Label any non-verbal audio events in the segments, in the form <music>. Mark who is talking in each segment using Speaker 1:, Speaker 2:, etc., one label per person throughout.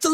Speaker 1: The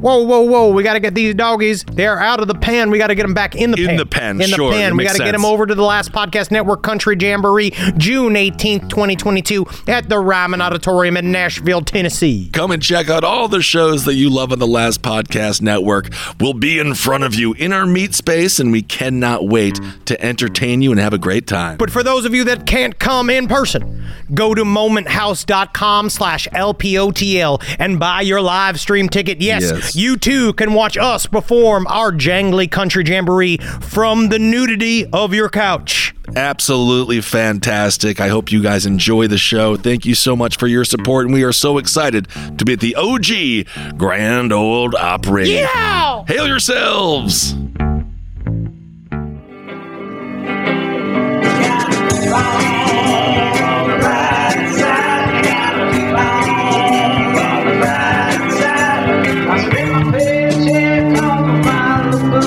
Speaker 2: Whoa, whoa, whoa! We got to get these doggies. They're out of the pen. We got to get them back in the
Speaker 3: In
Speaker 2: pen.
Speaker 3: the pen,
Speaker 2: In the
Speaker 3: sure,
Speaker 2: pen.
Speaker 3: that
Speaker 2: We
Speaker 3: makes
Speaker 2: got to get them
Speaker 3: sense.
Speaker 2: over to the Last Podcast Network Country Jamboree, June eighteenth, twenty twenty-two, at the Ryman Auditorium in Nashville, Tennessee.
Speaker 3: Come and check out all the shows that you love on the Last Podcast Network. We'll be in front of you in our meet space, and we cannot wait to entertain you and have a great time.
Speaker 2: But for those of you that can't come in person, go to momenthouse.com slash LPOTL and buy your live stream ticket. Yes,
Speaker 3: Yes.
Speaker 2: you too can watch us perform our jangly country jamboree from the nudity of your couch.
Speaker 3: absolutely fantastic. I hope you guys enjoy the show. Thank you so much for your support, and we are so excited to be at the OG Grand Old Opry.
Speaker 2: Yeah!
Speaker 3: Hail yourselves!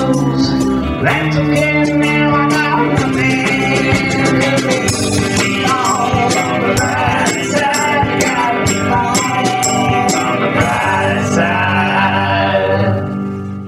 Speaker 4: That's okay, now I got the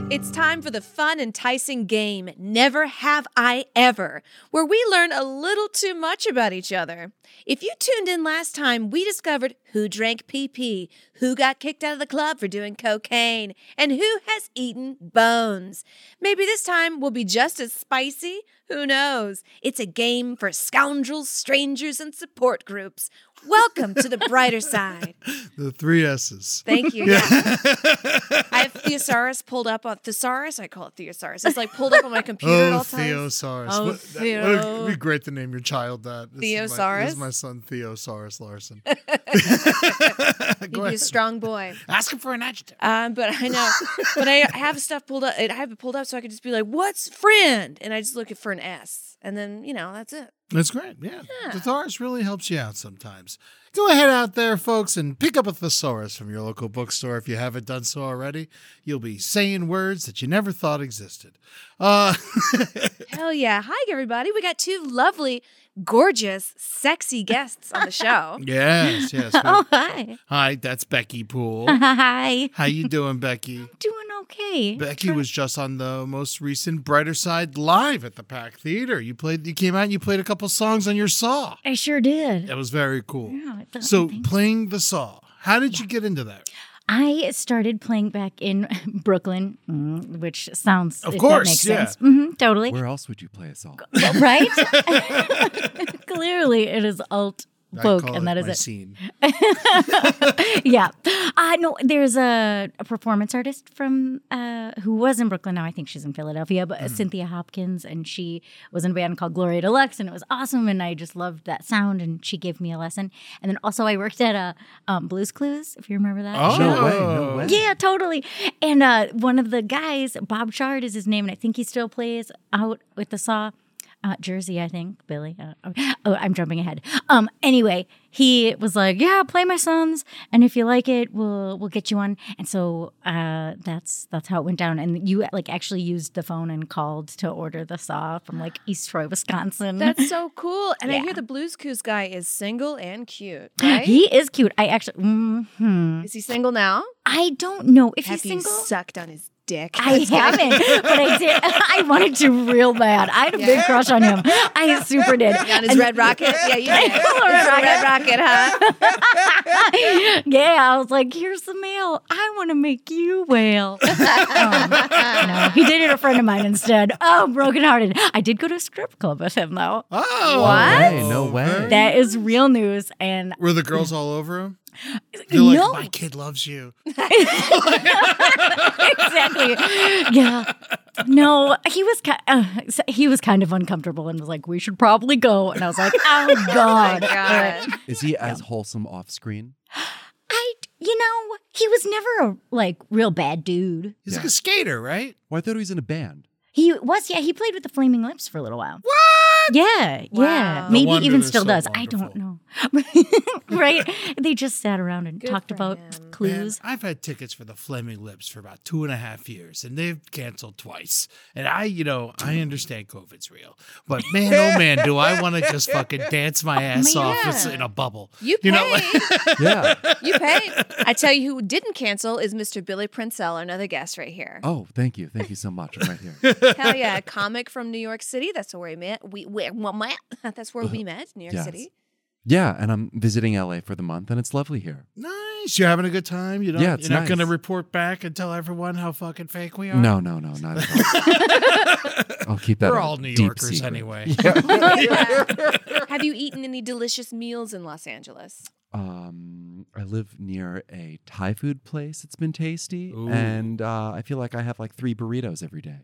Speaker 5: It's time for the fun, enticing game, Never Have I Ever, where we learn a little too much about each other. If you tuned in last time, we discovered who drank PP, who got kicked out of the club for doing cocaine, and who has eaten bones. Maybe this time will be just as spicy. Who knows? It's a game for scoundrels, strangers, and support groups. Welcome to the brighter side.
Speaker 6: The three S's.
Speaker 5: Thank you. Yeah.
Speaker 6: <laughs>
Speaker 5: I have Theosaurus pulled up on Thesaurus. I call it Theosaurus. It's like pulled up on my computer at
Speaker 6: Oh,
Speaker 5: all times.
Speaker 6: Theosaurus.
Speaker 5: Oh,
Speaker 6: What- that-
Speaker 5: Theo-
Speaker 6: what a- it'd be great to name your child that. This Is my, this
Speaker 5: Theosaurus?
Speaker 6: is my son, Theosaurus Larson.
Speaker 5: He'd be a strong boy.
Speaker 6: Ask him for an adjective.
Speaker 5: Um, but I know, but I have stuff pulled up. I have it pulled up so I could just be like, "What's friend?" And I just look for an S, and then you know that's it.
Speaker 6: That's great. Yeah. Thesaurus really helps you out sometimes. Go ahead out there, folks, and pick up a thesaurus from your local bookstore if you haven't done so already. You'll be saying words that you never thought existed. Uh, <laughs>
Speaker 5: Hell yeah! Hi everybody. We got two lovely, gorgeous, sexy guests on
Speaker 6: <laughs>
Speaker 5: the show.
Speaker 6: yes, yes.
Speaker 7: Oh, hi.
Speaker 6: Hi, that's Becky Poole.
Speaker 7: Hi.
Speaker 6: How you doing, Becky?
Speaker 7: Doing okay.
Speaker 6: Becky was just on the most recent Brighter Side live at the Pack Theater. You played, you came out and you played a couple songs on your saw.
Speaker 7: I sure did.
Speaker 6: That was very cool.
Speaker 7: Yeah, I thought-
Speaker 6: so
Speaker 7: thanks.
Speaker 6: playing the saw, how did you get into that?
Speaker 7: I started playing back in <laughs> Brooklyn, mm, which sounds,
Speaker 6: Of
Speaker 7: if
Speaker 6: course,
Speaker 7: that makes
Speaker 6: yeah.
Speaker 7: sense. hmm totally.
Speaker 8: Where else would you play a song?
Speaker 7: <laughs> right? Clearly, it is alt folk,
Speaker 6: I call
Speaker 7: and that
Speaker 6: it
Speaker 7: is
Speaker 6: my
Speaker 7: it.
Speaker 6: Scene.
Speaker 7: yeah. Uh, no, there's a, a performance artist from uh, who was in Brooklyn. Now I think she's in Philadelphia,
Speaker 6: Mm.
Speaker 7: but Cynthia Hopkins, and she was in a band called Gloria Deluxe, and it was awesome. And I just loved that sound, and she gave me a lesson. And then also I worked at a um, Blues Clues, if you remember that.
Speaker 6: Oh,
Speaker 8: No way, no way.
Speaker 7: Yeah, totally. And uh, one of the guys, Bob Shard is his name, and I think he still plays out with the saw. Uh, Jersey, I think Billy. I don't know. Oh, I'm jumping ahead. Um. Anyway, he was like, "Yeah, play my sons, and if you like it, we'll we'll get you on." And so uh, that's that's how it went down. And you like actually used the phone and called to order the saw from like East Troy, Wisconsin.
Speaker 5: That's so cool. And I
Speaker 7: Yeah.
Speaker 5: hear the Blues Coos guy is single and
Speaker 7: <gasps>
Speaker 5: cute. Right?
Speaker 7: he is cute. I actually, hmm
Speaker 5: is he single now?
Speaker 7: I don't know if
Speaker 5: Have
Speaker 7: he's
Speaker 5: you
Speaker 7: single.
Speaker 5: sucked on his dick.
Speaker 7: I haven't,
Speaker 5: <laughs>
Speaker 7: but I did. <laughs> I wanted to real bad. I had a big crush
Speaker 5: <laughs>
Speaker 7: on him. I super <laughs> did.
Speaker 5: On his Red Rocket? Yeah, you did. Red Rocket. Red Rocket, huh?
Speaker 7: <laughs> yeah, I was like, here's the mail. I want to make you
Speaker 5: <laughs>
Speaker 7: wail. Um, no, he dated a friend of mine instead. Oh, brokenhearted. I did go to a strip club with him, though.
Speaker 6: Oh,
Speaker 7: what?
Speaker 6: no way.
Speaker 7: That is real news. And
Speaker 6: Were the girls all over him? They're
Speaker 7: <laughs> no,
Speaker 6: like, my kid loves you.
Speaker 7: exactly. Yeah. No, he was ki- uh, so- he was kind of uncomfortable and was like, "We should probably go." And I was like,
Speaker 6: <laughs>
Speaker 7: "Oh God." But,
Speaker 8: <laughs> Is he as wholesome off screen?
Speaker 7: you know, he was never a like real bad dude.
Speaker 6: He's like a skater, right?
Speaker 8: Well, I thought he was in a band.
Speaker 7: He was, yeah. He played with the Flaming Lips for a little while. What? Yeah, yeah.
Speaker 8: No
Speaker 7: Maybe
Speaker 8: wonder
Speaker 7: even
Speaker 8: they're
Speaker 7: still
Speaker 8: so
Speaker 7: does. I don't know. <laughs> right? They just sat around and talked about clues.
Speaker 6: Man, I've had tickets for the Flaming Lips for about two and a half years, and they've canceled twice. And I, you know, I understand COVID's real, but man, oh man, do I want to just
Speaker 5: <laughs>
Speaker 6: fucking dance my ass
Speaker 5: Man.
Speaker 6: off with- in a bubble?
Speaker 5: You
Speaker 6: know, like-
Speaker 8: yeah.
Speaker 5: You paid. I tell you who didn't cancel is Mr. Billy Prinsell, another guest right here.
Speaker 8: Oh, thank you. Thank you so much. I'm right here. <laughs>
Speaker 5: Hell yeah, a comic from New York City. That's where we met. We, we, we met. <laughs> That's where we met, New York
Speaker 8: Yes.
Speaker 5: City.
Speaker 8: Yeah, and I'm visiting LA for the month, and it's lovely here.
Speaker 6: <laughs> nice. You're having a good time. You don't,
Speaker 8: Yeah,
Speaker 6: yeah,
Speaker 8: it's
Speaker 6: you're not going to
Speaker 8: nice.
Speaker 6: report back and tell everyone how fucking fake we are. <laughs>
Speaker 8: No, no, no, not at all. I'll keep that.
Speaker 6: We're
Speaker 8: a
Speaker 6: all New
Speaker 8: deep
Speaker 6: Yorkers
Speaker 8: secret.
Speaker 6: anyway. <laughs>
Speaker 5: Have you eaten any delicious meals in Los Angeles?
Speaker 8: Um, I live near a Thai food place. It's been tasty,
Speaker 6: Ooh.
Speaker 8: and uh, I feel like I have like three burritos every day.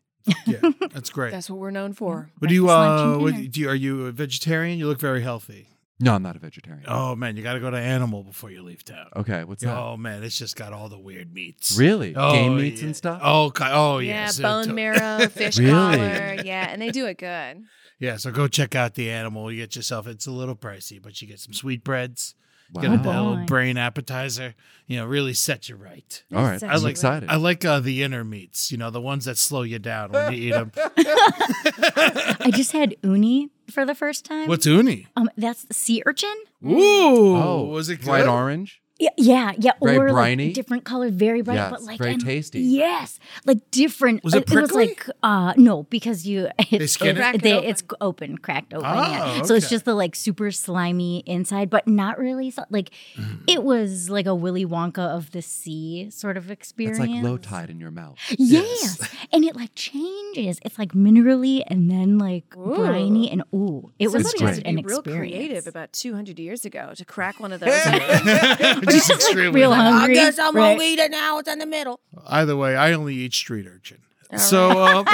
Speaker 6: That's great.
Speaker 5: That's what we're known for.
Speaker 6: What do you
Speaker 7: Breakfast, lunch,
Speaker 6: uh?
Speaker 7: and dinner.
Speaker 6: What, do you, are you a vegetarian? You look very healthy.
Speaker 8: No, I'm not a vegetarian.
Speaker 6: Oh man, you got to go to Animal before you leave town.
Speaker 8: Okay, what's that?
Speaker 6: Oh man, it's just got all the weird meats.
Speaker 8: Really?
Speaker 6: Oh,
Speaker 8: Game meats
Speaker 6: yeah.
Speaker 8: and stuff?
Speaker 6: Oh, ki- oh
Speaker 5: yeah,
Speaker 6: yes.
Speaker 5: bone
Speaker 6: It'll-
Speaker 5: marrow, fish
Speaker 8: Really?
Speaker 5: collar. Yeah, and they do it good.
Speaker 6: Yeah, so go check out the animal. You get yourself. It's a little pricey, but you get some sweetbreads. Get
Speaker 8: Wow.
Speaker 6: a little
Speaker 7: boy.
Speaker 6: brain appetizer. You know, really set you right.
Speaker 8: All right,
Speaker 6: I
Speaker 8: I'm
Speaker 6: like-
Speaker 8: excited.
Speaker 6: I like uh, the inner meats. You know, the ones that slow you down when you eat them.
Speaker 7: I just had uni for the first time.
Speaker 6: What's uni?
Speaker 7: um? That's the sea urchin.
Speaker 9: <laughs>
Speaker 6: Ooh,
Speaker 8: oh,
Speaker 6: was it good?
Speaker 8: bright orange?
Speaker 7: Yeah, yeah, yeah.
Speaker 8: Very
Speaker 7: or like
Speaker 8: briny?
Speaker 7: different color, very bright,
Speaker 8: Yes,
Speaker 7: but like
Speaker 8: very
Speaker 7: and-
Speaker 8: tasty.
Speaker 7: Yes, like different.
Speaker 6: Was it prickly?
Speaker 7: was like uh no, because you <laughs>
Speaker 6: They
Speaker 7: it's
Speaker 6: skin
Speaker 5: it?
Speaker 7: they- it's open, cracked open. yeah.
Speaker 6: Oh,
Speaker 7: So it's
Speaker 6: okay.
Speaker 7: just the like super slimy inside, but not really so, like it was like a Willy Wonka of the sea sort of experience.
Speaker 8: It's like low tide in your mouth.
Speaker 7: Yes. and it like changes. It's like minerally and then like
Speaker 5: Ooh.
Speaker 7: briny and ooh,
Speaker 5: Somebody
Speaker 7: it
Speaker 8: It's
Speaker 7: was
Speaker 5: had
Speaker 7: just
Speaker 5: to
Speaker 8: great.
Speaker 7: an
Speaker 5: be real
Speaker 7: experience.
Speaker 5: creative about 200 years ago to crack one of those.
Speaker 6: Just extremely
Speaker 7: real
Speaker 6: hot.
Speaker 7: hungry. right?
Speaker 5: eat it now. It's in the middle.
Speaker 6: Either way, I only eat street urchin. so, um,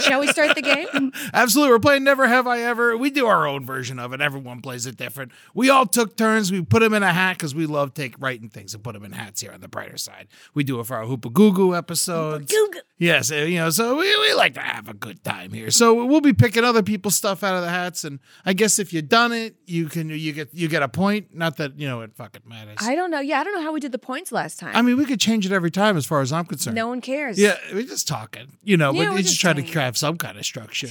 Speaker 5: Shall we start the game?
Speaker 6: absolutely, we're playing Never Have I Ever. We do our own version of it. Everyone plays it different. We all took turns. We put them in a hat because we love take writing things and put them in hats here on the brighter side. We do it for our Hoopa Goo Goo episodes. Yes, uh, you know, so we, we like to have a good time here. So we'll be picking other people's stuff out of the hats, and I guess if you've done it, you can you get you get a point. Not that you know it fucking matters.
Speaker 5: I don't know. Yeah, I don't know how we did the points last time.
Speaker 6: I mean, we could change it every time, as far as I'm concerned.
Speaker 5: no one cares.
Speaker 6: Yeah, <laughs> we're just talking, you know,
Speaker 5: Yeah,
Speaker 6: but
Speaker 5: we're
Speaker 6: we just,
Speaker 5: just
Speaker 6: trying to
Speaker 5: saying.
Speaker 6: craft some kind of
Speaker 5: <laughs>
Speaker 6: structure.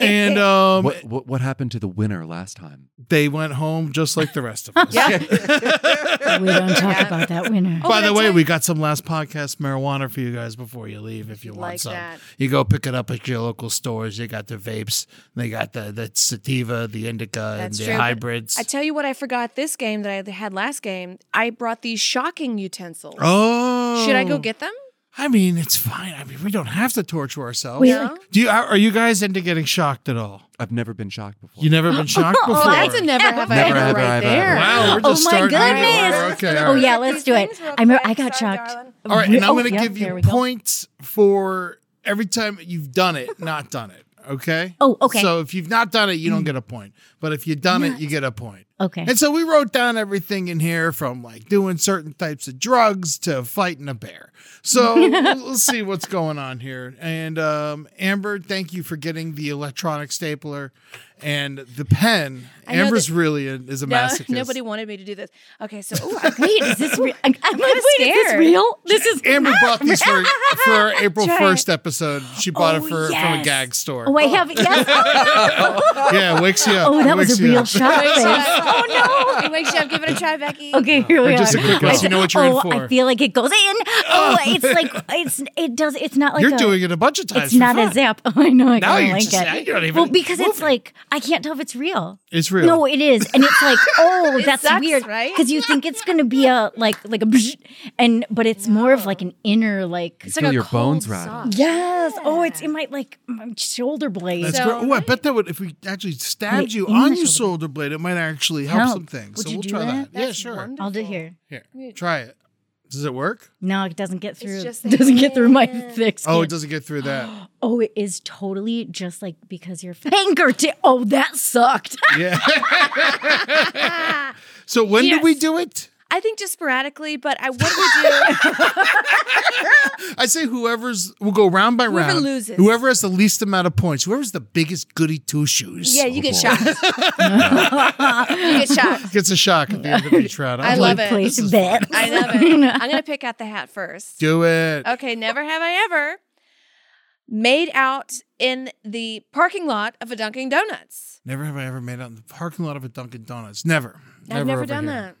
Speaker 6: and um,
Speaker 8: what, what what happened to the winner last time?
Speaker 6: they went home just like the rest of us. <laughs>
Speaker 7: we don't talk about that winner.
Speaker 6: By the
Speaker 5: did I
Speaker 6: way,
Speaker 5: tell
Speaker 6: we got some last podcast marijuana for you guys before you leave if you want
Speaker 5: Like
Speaker 6: some.
Speaker 5: that.
Speaker 6: You go pick it up at your local stores. They got the vapes, they got the, the sativa, the indica,
Speaker 5: That's
Speaker 6: and the
Speaker 5: true, but
Speaker 6: hybrids.
Speaker 5: I tell you what, I forgot this game that I had last game. I brought these shocking utensils.
Speaker 6: oh.
Speaker 5: Should I go get them?
Speaker 6: I mean, it's fine. I mean, we don't have to torture ourselves.
Speaker 7: We-
Speaker 5: No.
Speaker 6: Do you are, are you guys into getting shocked at all?
Speaker 8: I've never been shocked before.
Speaker 6: You never been shocked before.
Speaker 5: Oh, that's a never have I
Speaker 8: Never
Speaker 5: ever
Speaker 8: have I
Speaker 5: right
Speaker 8: ever.
Speaker 5: there.
Speaker 6: Wow, we're
Speaker 7: Oh
Speaker 6: just
Speaker 7: my
Speaker 6: starting right now.
Speaker 7: goodness.
Speaker 6: Okay, all
Speaker 7: Oh
Speaker 6: right.
Speaker 7: yeah, let's do it. I remember I got shocked.
Speaker 6: All right, and I'm
Speaker 7: Oh,
Speaker 6: going to
Speaker 7: yeah,
Speaker 6: give
Speaker 7: there
Speaker 6: you
Speaker 7: we go.
Speaker 6: points for every time you've done it, not done it. Okay.
Speaker 7: Oh, okay. Mm.
Speaker 6: So if you've not done it, you don't get a point. But if you've done it, you get a point.
Speaker 7: Okay.
Speaker 6: And so we wrote down everything in here from like doing certain types of drugs to fighting a bear. So
Speaker 7: <laughs>
Speaker 6: let's see what's going on here. And um, Amber, thank you for getting the electronic stapler and the pen.
Speaker 5: I know
Speaker 6: Amber's
Speaker 5: that-
Speaker 6: really a, is a masochist.
Speaker 5: nobody wanted me to do this. Okay,
Speaker 7: <laughs>
Speaker 5: so ooh, I'm
Speaker 7: Wait, is this real? I'm, I'm like,
Speaker 5: kinda
Speaker 7: wait, is this
Speaker 5: scared. <laughs>
Speaker 7: real? This is
Speaker 6: Amber bought these
Speaker 7: <laughs>
Speaker 6: for, for our April
Speaker 5: Try it.
Speaker 6: 1st episode. She bought
Speaker 7: Oh,
Speaker 6: it for, from a
Speaker 7: yes.
Speaker 6: gag store. Oh.
Speaker 7: Oh, I have yes.
Speaker 6: Yeah, it wakes you up.
Speaker 7: Oh, that was a
Speaker 6: <laughs>
Speaker 7: real shock face. <laughs>
Speaker 5: oh no! It wakes you up. Give it a try, Becky.
Speaker 7: Okay, here we
Speaker 6: Or just
Speaker 7: are.
Speaker 6: a quick
Speaker 7: I
Speaker 6: one.
Speaker 7: said,
Speaker 6: You know what you're in
Speaker 7: oh,
Speaker 6: for."
Speaker 7: I feel like it goes in. Oh,
Speaker 6: <laughs>
Speaker 7: it's like it's it does. It's not like
Speaker 6: You're
Speaker 7: a-
Speaker 6: doing it a bunch of times
Speaker 7: It's
Speaker 6: for
Speaker 7: not a
Speaker 6: fun.
Speaker 7: zap. Oh, I know. I
Speaker 6: Now
Speaker 7: kind of
Speaker 6: you
Speaker 7: like
Speaker 6: just- now
Speaker 7: it.
Speaker 6: you don't even
Speaker 7: well, because
Speaker 6: move
Speaker 7: it's like I can't tell if it's real.
Speaker 6: It's real.
Speaker 7: No, it is, and it's like oh,
Speaker 5: It
Speaker 7: that's
Speaker 5: sucks,
Speaker 7: weird,
Speaker 5: right?
Speaker 7: Because you think it's gonna be a like like a bzz, and but it's more of like an inner like.
Speaker 8: You feel your bones rattle.
Speaker 7: Yes. Oh, it's in my like my shoulder blade.
Speaker 6: That's great. Oh, I bet that would if we actually stabbed
Speaker 7: Wait,
Speaker 6: you
Speaker 7: in
Speaker 6: on
Speaker 7: my
Speaker 6: your
Speaker 7: shoulder.
Speaker 6: shoulder blade, it might actually help, some things.
Speaker 7: Would
Speaker 6: so
Speaker 7: you
Speaker 6: we'll
Speaker 7: do
Speaker 6: try that. Yeah,
Speaker 5: That's
Speaker 6: sure.
Speaker 7: I'll do here.
Speaker 6: Here, try it. Does it work?
Speaker 7: No, it doesn't get through.
Speaker 5: just
Speaker 7: It doesn't get through my thick skin.
Speaker 6: Oh, it doesn't get through that.
Speaker 7: <gasps> Oh, it is totally just like because your fingertip. Oh, that sucked. <laughs>
Speaker 6: yeah. so when did we do it?
Speaker 5: I think just sporadically, but I what do we do?
Speaker 7: <laughs>
Speaker 6: I say whoever's we'll go round by
Speaker 5: Whoever
Speaker 6: round.
Speaker 5: loses.
Speaker 6: Whoever has the least amount of points. Whoever's the biggest goody two shoes.
Speaker 5: yeah, you get
Speaker 8: Oh,
Speaker 5: shocked. you <laughs> get shocked.
Speaker 6: Gets a shock at the end of
Speaker 7: <laughs>
Speaker 6: each round.
Speaker 5: I
Speaker 6: I'm
Speaker 5: love
Speaker 6: like,
Speaker 5: it.
Speaker 7: Place bet.
Speaker 5: I love
Speaker 7: <laughs>
Speaker 5: it. I'm gonna pick out the hat first.
Speaker 6: Do it.
Speaker 5: Okay, never have I ever made out in the parking lot of a Dunkin' Donuts.
Speaker 6: Never have I ever made out in the parking lot of a Dunkin' Donuts. Never.
Speaker 5: I've never
Speaker 6: over
Speaker 5: done
Speaker 6: here.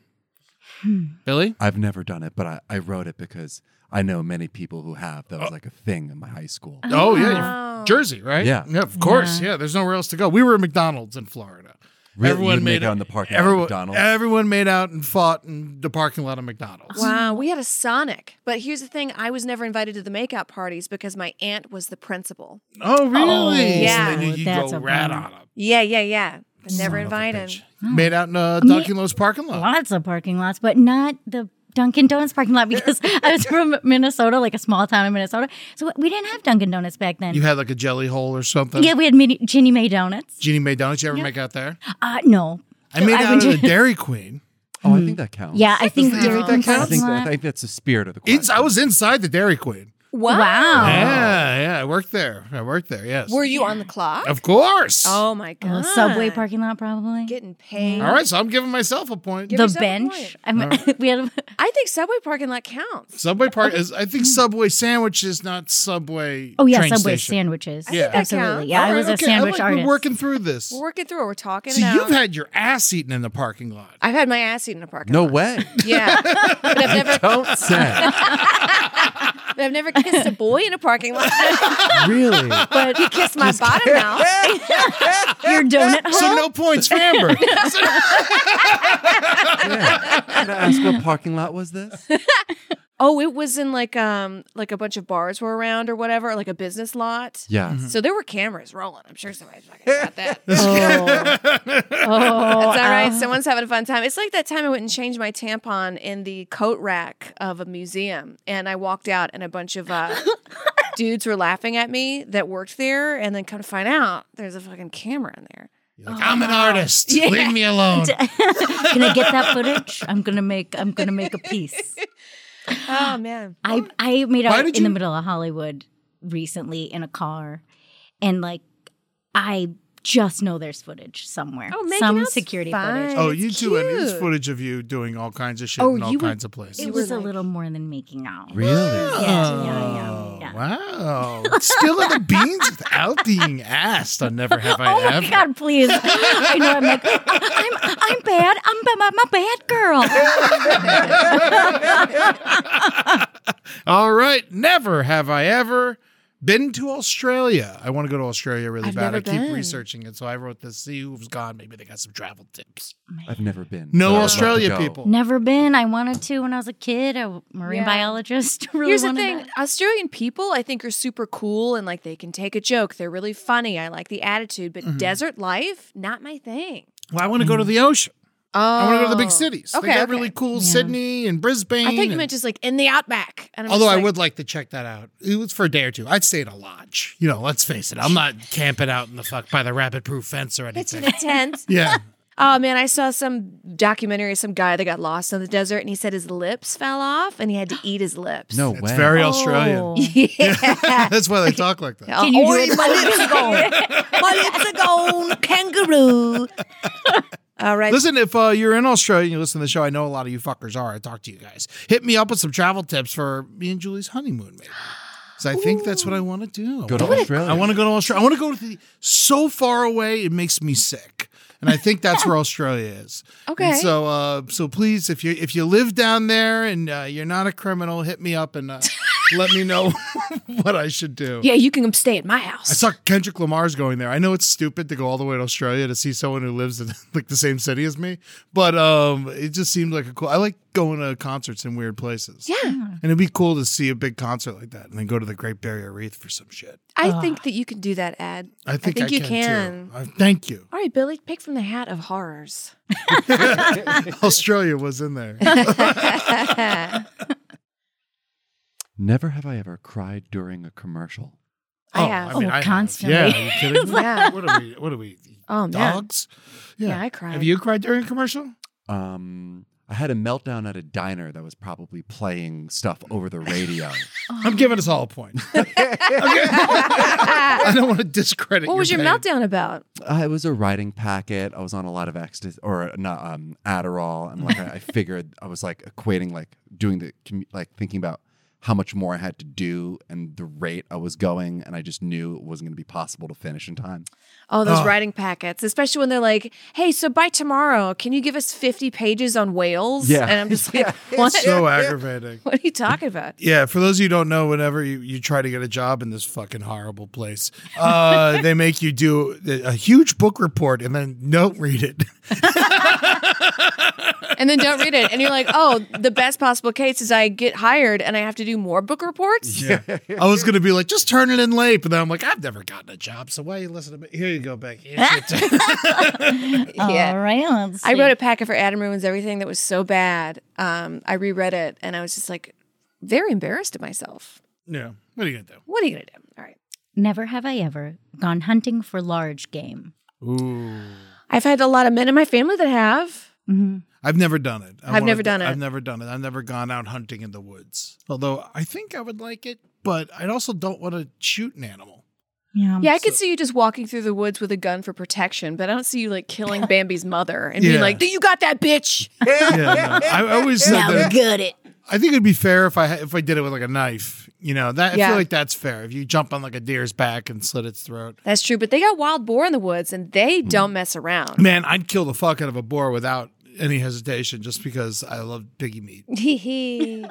Speaker 5: that.
Speaker 6: Billy?
Speaker 8: I've never done it, but I, I wrote it because I know many people who have. That was like a thing in my high school.
Speaker 6: Oh, yeah. Jersey, right?
Speaker 8: Yeah.
Speaker 6: Of course. Yeah. There's nowhere else to go. We were at McDonald's in Florida.
Speaker 8: Really? You'd make out in the parking lot of
Speaker 6: everyone,
Speaker 8: McDonald's?
Speaker 6: Everyone made out and fought in the parking lot of McDonald's.
Speaker 7: <laughs>
Speaker 5: Wow, we had a Sonic. But here's the thing I was never invited to the makeout parties because my aunt was the principal.
Speaker 6: Oh, really?
Speaker 5: Oh,
Speaker 6: So
Speaker 5: yeah.
Speaker 6: they knew you'd
Speaker 7: That's
Speaker 6: go
Speaker 7: a
Speaker 6: rat
Speaker 7: bummer.
Speaker 6: on them.
Speaker 5: Yeah, yeah, yeah. But never invited.
Speaker 6: Made out in a
Speaker 7: mean-
Speaker 6: Dunkin' Lo's parking lot.
Speaker 7: Lots of parking lots, but not the Dunkin' Donuts parking
Speaker 5: <laughs>
Speaker 7: lot because I was from Minnesota, like a small town in Minnesota. So we didn't have Dunkin' Donuts back then.
Speaker 6: You had like a jelly hole or something.
Speaker 7: yeah, we had mini Ginny Mae donuts.
Speaker 6: Jeannie made donuts. You ever make out there?
Speaker 7: Uh, no.
Speaker 6: I made
Speaker 7: I
Speaker 6: out
Speaker 7: would
Speaker 6: at a
Speaker 7: do-
Speaker 6: Dairy Queen.
Speaker 8: Oh, I think
Speaker 6: Mm.
Speaker 8: that counts.
Speaker 7: Yeah, I think Dairy Queen
Speaker 8: I
Speaker 7: parking
Speaker 8: think, that, I
Speaker 7: lot.
Speaker 8: think that's the spirit of the question.
Speaker 6: It's, I was inside the Dairy Queen.
Speaker 5: Wow.
Speaker 7: Wow.
Speaker 6: Yeah, yeah. I worked there. I worked there. Yes.
Speaker 5: Were you on the clock?
Speaker 6: of course.
Speaker 5: Oh my
Speaker 7: Oh,
Speaker 5: god.
Speaker 7: subway parking lot, probably.
Speaker 5: Getting paid.
Speaker 6: All right. So I'm giving myself a point.
Speaker 5: Give
Speaker 7: the
Speaker 5: yourself a point.
Speaker 7: bench. I'm, <laughs> we had. a-
Speaker 5: I think subway parking lot counts.
Speaker 6: Subway part is. I think Subway sandwiches, not Subway.
Speaker 7: Mm-hmm. Oh yeah,
Speaker 6: train
Speaker 7: Subway
Speaker 6: station.
Speaker 7: sandwiches.
Speaker 5: I think Yeah. that
Speaker 7: absolutely.
Speaker 5: counts.
Speaker 7: Yeah,
Speaker 6: All
Speaker 7: I
Speaker 6: right,
Speaker 7: was a
Speaker 6: okay,
Speaker 7: sandwich
Speaker 6: like
Speaker 7: artist.
Speaker 6: We're working through this.
Speaker 5: We're working through it. We're talking
Speaker 6: So
Speaker 5: it out.
Speaker 6: you've had your ass eaten in the parking lot.
Speaker 5: <laughs> I've had my ass eaten in a parking
Speaker 8: no
Speaker 5: lot.
Speaker 8: way.
Speaker 5: Yeah. but I've
Speaker 8: <laughs>
Speaker 5: never
Speaker 8: Don't say.
Speaker 5: <laughs> but I've never kissed a boy in a parking lot.
Speaker 8: <laughs> really?
Speaker 5: but he kissed my bottom out.
Speaker 7: Your donut hole.
Speaker 6: So no points for
Speaker 5: <laughs>
Speaker 6: Amber.
Speaker 8: Yeah. Can I ask what parking lot was this?
Speaker 5: Oh, it was in like um like a bunch of bars were around or whatever, like a business lot.
Speaker 8: Yeah.
Speaker 5: So there were cameras rolling. I'm sure somebody's fucking
Speaker 8: <laughs>
Speaker 5: got that. It's
Speaker 7: Oh.
Speaker 5: <laughs>
Speaker 7: Oh,
Speaker 5: all right.
Speaker 7: uh,
Speaker 5: Someone's having a fun time. It's like that time I went and changed my tampon in the coat rack of a museum, and I walked out, and a bunch of
Speaker 7: <laughs>
Speaker 5: uh, dudes were laughing at me that worked there, and then come to find out, there's a fucking camera in there.
Speaker 6: You're like, I'm an artist.
Speaker 5: Yeah.
Speaker 6: Leave me alone.
Speaker 7: Can I get that footage? I'm gonna make. I'm gonna make a piece.
Speaker 5: <laughs> Oh man.
Speaker 7: I I made
Speaker 6: Why
Speaker 7: out in
Speaker 6: did
Speaker 7: the
Speaker 6: you-
Speaker 7: middle of Hollywood recently in a car, and like I just know there's footage somewhere.
Speaker 5: Oh, making
Speaker 7: some
Speaker 5: out's
Speaker 7: security
Speaker 5: fine.
Speaker 7: footage.
Speaker 6: Oh,
Speaker 5: It's
Speaker 6: you two, and there's
Speaker 5: cute.
Speaker 6: footage of you doing all kinds of shit
Speaker 7: Oh,
Speaker 6: in all
Speaker 7: you were-
Speaker 6: kinds of places.
Speaker 7: It
Speaker 5: You
Speaker 7: was
Speaker 5: were
Speaker 7: a
Speaker 5: like-
Speaker 7: little more than making out.
Speaker 8: Really?
Speaker 7: Yeah, yeah, yeah, yeah.
Speaker 6: Oh, Wow. Still
Speaker 7: <laughs>
Speaker 6: in the beans without being asked. I never have I
Speaker 7: Oh my
Speaker 6: ever.
Speaker 7: god, please! I know. I'm like, I- I'm, I'm bad. I'm, b- I'm a bad girl.
Speaker 6: <laughs> All right. Never have I ever been to Australia. I want to go to Australia really
Speaker 5: <laughs> I've
Speaker 6: bad. I
Speaker 5: never
Speaker 6: keep
Speaker 5: been.
Speaker 6: researching it. So I wrote this, see who's gone. Maybe they got some travel tips.
Speaker 8: I've never been.
Speaker 6: No
Speaker 8: but I'd love to
Speaker 6: Australia
Speaker 8: go.
Speaker 6: people.
Speaker 7: Never been. I wanted to when I was a kid. A marine
Speaker 5: Yeah.
Speaker 7: biologist. <laughs> Really
Speaker 5: Here's the
Speaker 7: wanted
Speaker 5: thing:
Speaker 7: that.
Speaker 5: Australian people, I think, are super cool and like they can take a joke. They're really funny. I like the attitude, but desert life, not my thing.
Speaker 6: Well, I want to go to
Speaker 7: Mm.
Speaker 6: the ocean.
Speaker 5: Oh,
Speaker 6: I want to go to the big cities.
Speaker 5: Okay,
Speaker 6: they got
Speaker 5: okay.
Speaker 6: really cool Sydney and Brisbane.
Speaker 5: I thought you
Speaker 6: and-
Speaker 5: meant just like in the outback. And I'm
Speaker 6: Although
Speaker 5: just
Speaker 6: I would
Speaker 5: <laughs>
Speaker 6: like to check that out. It was for a day or two. I'd stay at a lodge. You know, let's face it. I'm not camping out in the fuck by the rabbit proof fence or
Speaker 5: it's
Speaker 6: anything.
Speaker 5: an intent.
Speaker 6: yeah.
Speaker 5: Oh man, I saw some documentary of some guy that got lost in the desert and he said his lips fell off and he had to eat his lips.
Speaker 8: No
Speaker 6: It's
Speaker 8: way.
Speaker 6: very
Speaker 7: Oh.
Speaker 6: Australian.
Speaker 5: <laughs>
Speaker 6: <laughs>
Speaker 5: Yeah. Oh,
Speaker 6: That's why they talk like that.
Speaker 7: Can you do
Speaker 5: Oi,
Speaker 7: it?
Speaker 5: My lips are gone. My lips are gone. Kangaroo. All right.
Speaker 6: Listen, if uh, you're in Australia and you listen to the show, I know a lot of you fuckers are. I talk to you guys. Hit me up with some travel tips for me and Julie's honeymoon, maybe. Because I think that's what I want to do.
Speaker 8: Go to
Speaker 6: I wanna-
Speaker 8: Australia.
Speaker 6: I want to go to Australia. I want to go to the so far away it makes me sick. and I think that's where Australia is.
Speaker 5: Okay.
Speaker 6: And so, uh, so please, if you if you live down there and uh, you're not a criminal, hit me up and uh, let me know <laughs> what I should do.
Speaker 5: Yeah, you can come stay at my house.
Speaker 6: I saw Kendrick Lamar's going there. I know it's stupid to go all the way to Australia to see someone who lives in <laughs> like the same city as me, but um, it just seemed like a cool. I like going to concerts in weird places.
Speaker 5: Yeah.
Speaker 6: and it'd be cool to see a big concert like that, and then go to the Great Barrier Reef for some shit.
Speaker 5: I think that you can do that, ad.
Speaker 6: I think, I
Speaker 5: you
Speaker 6: can.
Speaker 5: can.
Speaker 6: too. I- thank you.
Speaker 5: All right, Billy, pick from the hat of
Speaker 6: <laughs>
Speaker 5: horrors. <laughs>
Speaker 6: Australia was in there.
Speaker 8: Never have I ever cried during a commercial.
Speaker 5: I have.
Speaker 6: mean,
Speaker 5: Oh,
Speaker 6: I have.
Speaker 7: constantly.
Speaker 6: Yeah,
Speaker 5: <laughs>
Speaker 6: are you kidding me?
Speaker 5: Yeah.
Speaker 6: What are we? What are we?
Speaker 5: Oh, man.
Speaker 6: dogs.
Speaker 5: Yeah, I cried.
Speaker 6: Have you cried during a commercial?
Speaker 8: Um, I had a meltdown at a diner that was probably playing stuff over the radio.
Speaker 6: I'm giving us all a <laughs> point. I don't want to discredit.
Speaker 5: what was your
Speaker 6: pain.
Speaker 5: meltdown about?
Speaker 8: uh, it was a writing packet. I was on a lot of ecstasy or uh, not um, Adderall, and like I, I figured I was like equating like doing the commu- like thinking about how much more I had to do and the rate I was going, and I just knew it wasn't going to be possible to finish in time.
Speaker 5: Oh, those
Speaker 8: Oh.
Speaker 5: writing packets, especially when they're like, "Hey, so by tomorrow, can you give us fifty pages on
Speaker 6: <laughs>
Speaker 5: whales?"
Speaker 6: Yeah.
Speaker 5: and I'm just like, "What?
Speaker 6: It's
Speaker 5: <laughs>
Speaker 6: so aggravating.
Speaker 5: What are you talking about?"
Speaker 6: Yeah, for those of you who don't know, whenever you, you try to get a job in this fucking horrible place,
Speaker 5: <laughs>
Speaker 6: uh, they make you do a huge book report and then don't read it.
Speaker 5: And then don't read it, and you're like, "Oh, the best possible case is I get hired and I have to do more book reports."
Speaker 6: I was going to be like, just turn it in late. But then I'm like, I've never gotten a job. So why are you listening to me? Here you go, Becky. Here's
Speaker 5: <laughs>
Speaker 6: your turn. <laughs>
Speaker 5: <laughs> yeah.
Speaker 7: All right. Let's
Speaker 5: I
Speaker 7: see.
Speaker 5: wrote a packet for Adam Ruins Everything that was so bad. Um, I reread it and I was just like very embarrassed at myself.
Speaker 6: yeah. What are you going to
Speaker 5: What are you gonna do? All right.
Speaker 7: Never have I ever gone hunting for large game.
Speaker 6: do? Ooh.
Speaker 5: I've had a lot of men in my family that have.
Speaker 6: I've never done it.
Speaker 5: I've never
Speaker 6: wanna-
Speaker 5: done it.
Speaker 6: I've never done it. I've never gone out hunting in the woods. Although I think I would like it, but I also don't want to shoot an
Speaker 8: <laughs>
Speaker 6: animal. Um,
Speaker 7: Yeah.
Speaker 5: yeah, I could see you just walking through the woods with a gun for protection, but I don't see you like <laughs> killing Bambi's mother and
Speaker 6: Yeah.
Speaker 5: being like, "You got that bitch."
Speaker 6: Yeah, no. I I always said
Speaker 7: Now
Speaker 6: that.
Speaker 7: good it.
Speaker 6: I think it'd be fair if I ha- if I did it with like a knife. You know that I
Speaker 5: Yeah.
Speaker 6: feel like that's fair. If you jump on like a deer's back and slit its throat,
Speaker 5: <laughs> That's true, but they got wild boar in the woods and they
Speaker 6: Mm-hmm.
Speaker 5: don't mess around.
Speaker 6: man, I'd kill the fuck out of a boar without any hesitation, just because I love piggy meat. <laughs>
Speaker 5: Hee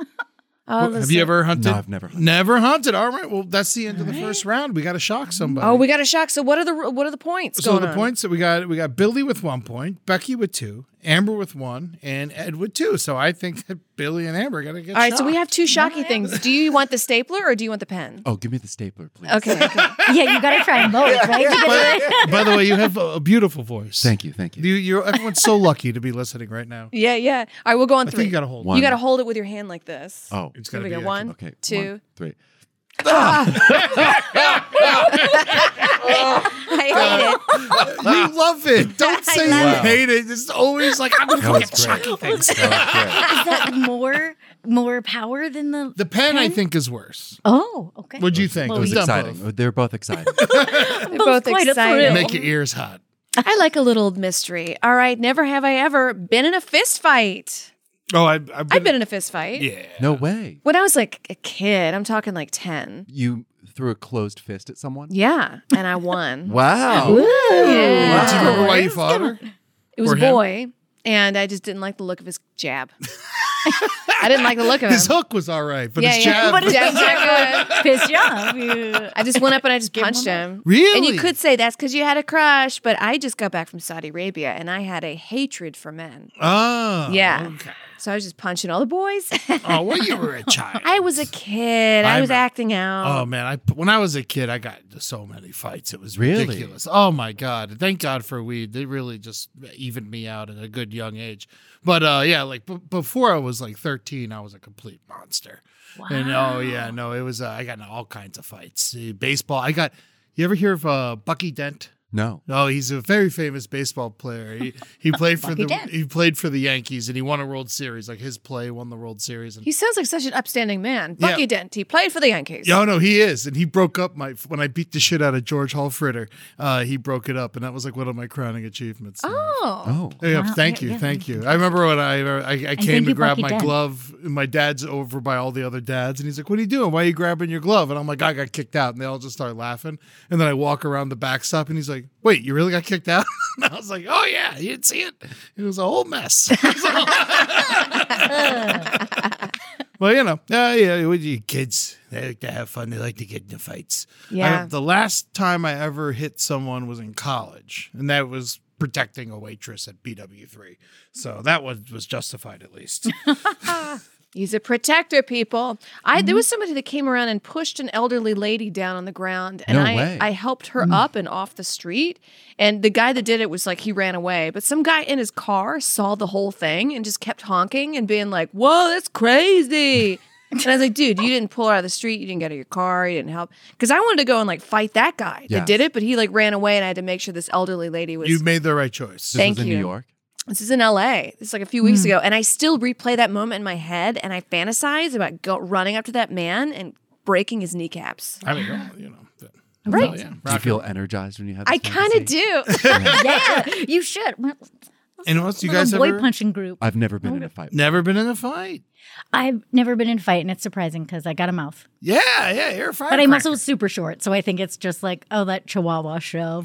Speaker 5: Oh,
Speaker 6: Wh- Have you ever hunted?
Speaker 8: No, I've never hunted.
Speaker 6: Never hunted. All right. Well, that's the end of the first round. We got to shock somebody.
Speaker 5: Oh, we got a shock. So what are the what are the points?
Speaker 6: so
Speaker 5: going
Speaker 6: the
Speaker 5: on?
Speaker 6: points that we got, we got Billy with one point, Becky with two, Amber with one, and Ed with two. So I think that Billy and Amber are gonna get.
Speaker 5: All right, so we
Speaker 6: shocked.
Speaker 5: have two shocky things. Do you want the stapler or do you want the pen?
Speaker 8: Oh, give me the stapler, please.
Speaker 5: Okay. okay.
Speaker 7: Yeah, you gotta try both, <laughs> right? You gotta do it.
Speaker 5: <laughs>
Speaker 6: By the way, you have a, a beautiful voice.
Speaker 8: Thank you, thank you.
Speaker 6: You, you're everyone's so lucky to be listening right
Speaker 5: <laughs>
Speaker 6: now.
Speaker 5: Yeah, yeah. All right, we'll go on
Speaker 6: I
Speaker 5: three.
Speaker 6: think you gotta hold
Speaker 8: One.
Speaker 5: You got to hold it with your hand like this.
Speaker 8: Oh,
Speaker 6: It's
Speaker 5: Here
Speaker 6: gotta
Speaker 5: we
Speaker 6: be
Speaker 5: go.
Speaker 6: like-
Speaker 5: One,
Speaker 8: okay.
Speaker 5: two.
Speaker 8: one, three.
Speaker 6: Ah!
Speaker 5: <laughs> I hate it.
Speaker 6: We love
Speaker 5: <laughs>
Speaker 6: it. Don't say you
Speaker 8: love it.
Speaker 6: hate it. It's always like I'm gonna
Speaker 8: That
Speaker 6: go get
Speaker 8: was
Speaker 6: the
Speaker 8: great.
Speaker 6: shocking things.
Speaker 8: That
Speaker 7: Is that more more power than the
Speaker 6: The pen, I think, is worse.
Speaker 7: Oh, okay.
Speaker 6: What'd you
Speaker 8: was great.
Speaker 6: think?
Speaker 8: It was
Speaker 6: We've done
Speaker 8: exciting.
Speaker 6: both.
Speaker 8: They're both exciting.
Speaker 5: They're both
Speaker 7: quite a
Speaker 5: excited.
Speaker 7: thrill.
Speaker 6: Make your ears hot.
Speaker 5: I like a little mystery. All right, never have I ever been in a fist fight.
Speaker 6: Oh, I, I've been,
Speaker 5: I've been in a fist fight.
Speaker 6: Yeah.
Speaker 8: no way.
Speaker 5: When I was like a kid, I'm talking like 10.
Speaker 8: You threw a closed fist at someone.
Speaker 5: Yeah, and I
Speaker 8: <laughs>
Speaker 5: won.
Speaker 8: Wow.
Speaker 6: Do
Speaker 5: Yeah.
Speaker 6: you remember why you fought her?
Speaker 5: It was a
Speaker 6: Or him?
Speaker 5: boy, and I just didn't like the look of his jab. I didn't like the look of
Speaker 6: <laughs>
Speaker 5: him.
Speaker 6: His hook was all right, but
Speaker 5: yeah,
Speaker 6: his
Speaker 5: yeah.
Speaker 6: jab. <laughs>
Speaker 5: But his jab's not good.
Speaker 7: Piss you
Speaker 5: <laughs>
Speaker 7: off. You-
Speaker 5: I just went up and I just
Speaker 7: Give him
Speaker 5: punched him.
Speaker 6: Really?
Speaker 5: And you could say that's because you had a crush, but I just got back from Saudi Arabia and I had a hatred for men.
Speaker 6: Oh,
Speaker 5: Yeah.
Speaker 6: Okay.
Speaker 5: So I was just punching all the boys. <laughs>
Speaker 6: Oh, well, you were a child.
Speaker 5: I was a kid. I,
Speaker 6: I
Speaker 5: was
Speaker 6: remember.
Speaker 5: acting out.
Speaker 6: Oh man, I when I was a kid, I got into so many fights. It was
Speaker 8: Really?
Speaker 6: ridiculous. Oh my god! Thank God for weed. They really just evened me out at a good young age. But uh, yeah, like b- before I was like thirteen, I was a complete monster. And oh yeah, no, it was. Uh, I got into all kinds of fights. Uh, baseball. I got. You ever hear of uh, Bucky Dent?
Speaker 8: No.
Speaker 6: Oh, he's a very famous baseball player. He, he played for
Speaker 7: Bucky
Speaker 6: the
Speaker 7: Dent.
Speaker 6: he played for the Yankees and he won a World Series. Like his play won the World Series. And
Speaker 5: He sounds like such an upstanding man.
Speaker 6: Yeah.
Speaker 5: Bucky Dent, he played for the Yankees.
Speaker 6: Yeah, oh, no, he is, and he broke up my when I beat the shit out of George Hall Fritter. Uh, he broke it up, and that was like one of my crowning achievements.
Speaker 5: Oh.
Speaker 8: Oh.
Speaker 6: Yeah,
Speaker 7: Wow,
Speaker 6: thank
Speaker 7: yeah,
Speaker 6: you,
Speaker 7: yeah,
Speaker 6: thank
Speaker 7: you
Speaker 6: you. I remember when I uh, I, I came
Speaker 7: you
Speaker 6: to grab
Speaker 7: Bucky
Speaker 6: my
Speaker 7: Dent.
Speaker 6: glove. And my dad's over by all the other dads, and he's like, "What are you doing? Why are you grabbing your glove?" And I'm like, "I got kicked out," and they all just start laughing. And then I walk around the backstop, and he's like, like, wait, you really got kicked out? <laughs> And I was like, oh yeah, you didn't see it. It was a whole mess. <laughs>
Speaker 7: <laughs>
Speaker 6: well, you know, uh, yeah, we- you kids, they like to have fun. They like to get into fights. I-
Speaker 10: Yeah.
Speaker 6: the last time I ever hit someone was in college, and that was protecting a waitress at BW3. So that one was justified at
Speaker 7: <laughs>
Speaker 6: least.
Speaker 5: He's a protector, people. I
Speaker 6: Mm-hmm.
Speaker 5: there was somebody that came around and pushed an elderly lady down on the ground, and
Speaker 6: No
Speaker 5: I
Speaker 6: way. Mm.
Speaker 5: I helped her up and off the street. And the guy that did it was like he ran away, but some guy in his car saw the whole thing and just kept honking and being like, "Whoa,
Speaker 6: <laughs>
Speaker 5: that's crazy!" and I was like, "Dude, you didn't pull her out of the street. You didn't get out of your car. You didn't help." Because I wanted to go and like fight that guy
Speaker 6: Yes.
Speaker 5: that did it, but he like ran away, and I had to make sure this elderly lady was.
Speaker 6: you made the right choice.
Speaker 5: This Thank was in New you. York? This is in LA. This is like a few weeks
Speaker 6: Mm.
Speaker 5: ago. And I still replay that moment in my head and I fantasize about go- running up to that man and breaking his kneecaps.
Speaker 6: I mean, well, you know, but-
Speaker 5: Right.
Speaker 6: well, yeah,
Speaker 8: Do you feel energized when you have?
Speaker 5: I
Speaker 8: this
Speaker 5: kind of do. Uh-huh.
Speaker 7: yeah, you should.
Speaker 6: And what's you
Speaker 7: Little
Speaker 6: guys
Speaker 7: boy
Speaker 6: ever?
Speaker 7: punching group.
Speaker 8: I've never been in a fight.
Speaker 6: Never been in a fight.
Speaker 7: I've never been in a fight, and it's surprising because I got a mouth.
Speaker 6: Yeah, yeah, you're a
Speaker 7: But I'm also
Speaker 6: firecracker.
Speaker 7: super short, so I think it's just like, oh, that Chihuahua show.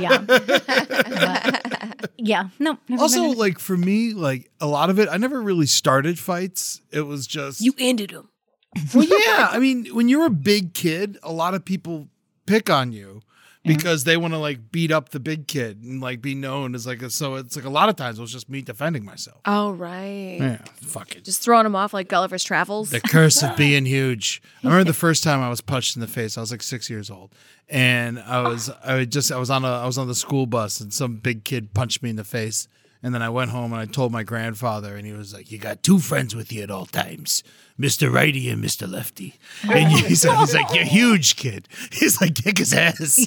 Speaker 7: yeah. But, yeah. No. never
Speaker 6: Also,
Speaker 7: been in a-
Speaker 6: like for me, like a lot of it, I never really started fights. It was just
Speaker 5: You ended him.
Speaker 6: <laughs> well, yeah. I mean, when you're a big kid, a lot of people pick on you because they want to like beat up the big kid and like be known as like a, so. It's like a lot of times it was just me defending myself.
Speaker 5: Oh, right.
Speaker 6: Yeah, fuck it.
Speaker 5: Just throwing him off like Gulliver's Travels.
Speaker 6: The curse
Speaker 5: <laughs>
Speaker 6: of being huge. I remember the first time I was punched in the face. I was like six years old, and I was I would just I was on a I was on the school bus, and some big kid punched me in the face. And then I went home and I told my grandfather, and he was like, "You got two friends with you at all times, Mister Righty and Mister Lefty." And he said, "He's like you're huge, kid." <laughs> He's like, "Kick his
Speaker 5: <laughs>
Speaker 6: ass."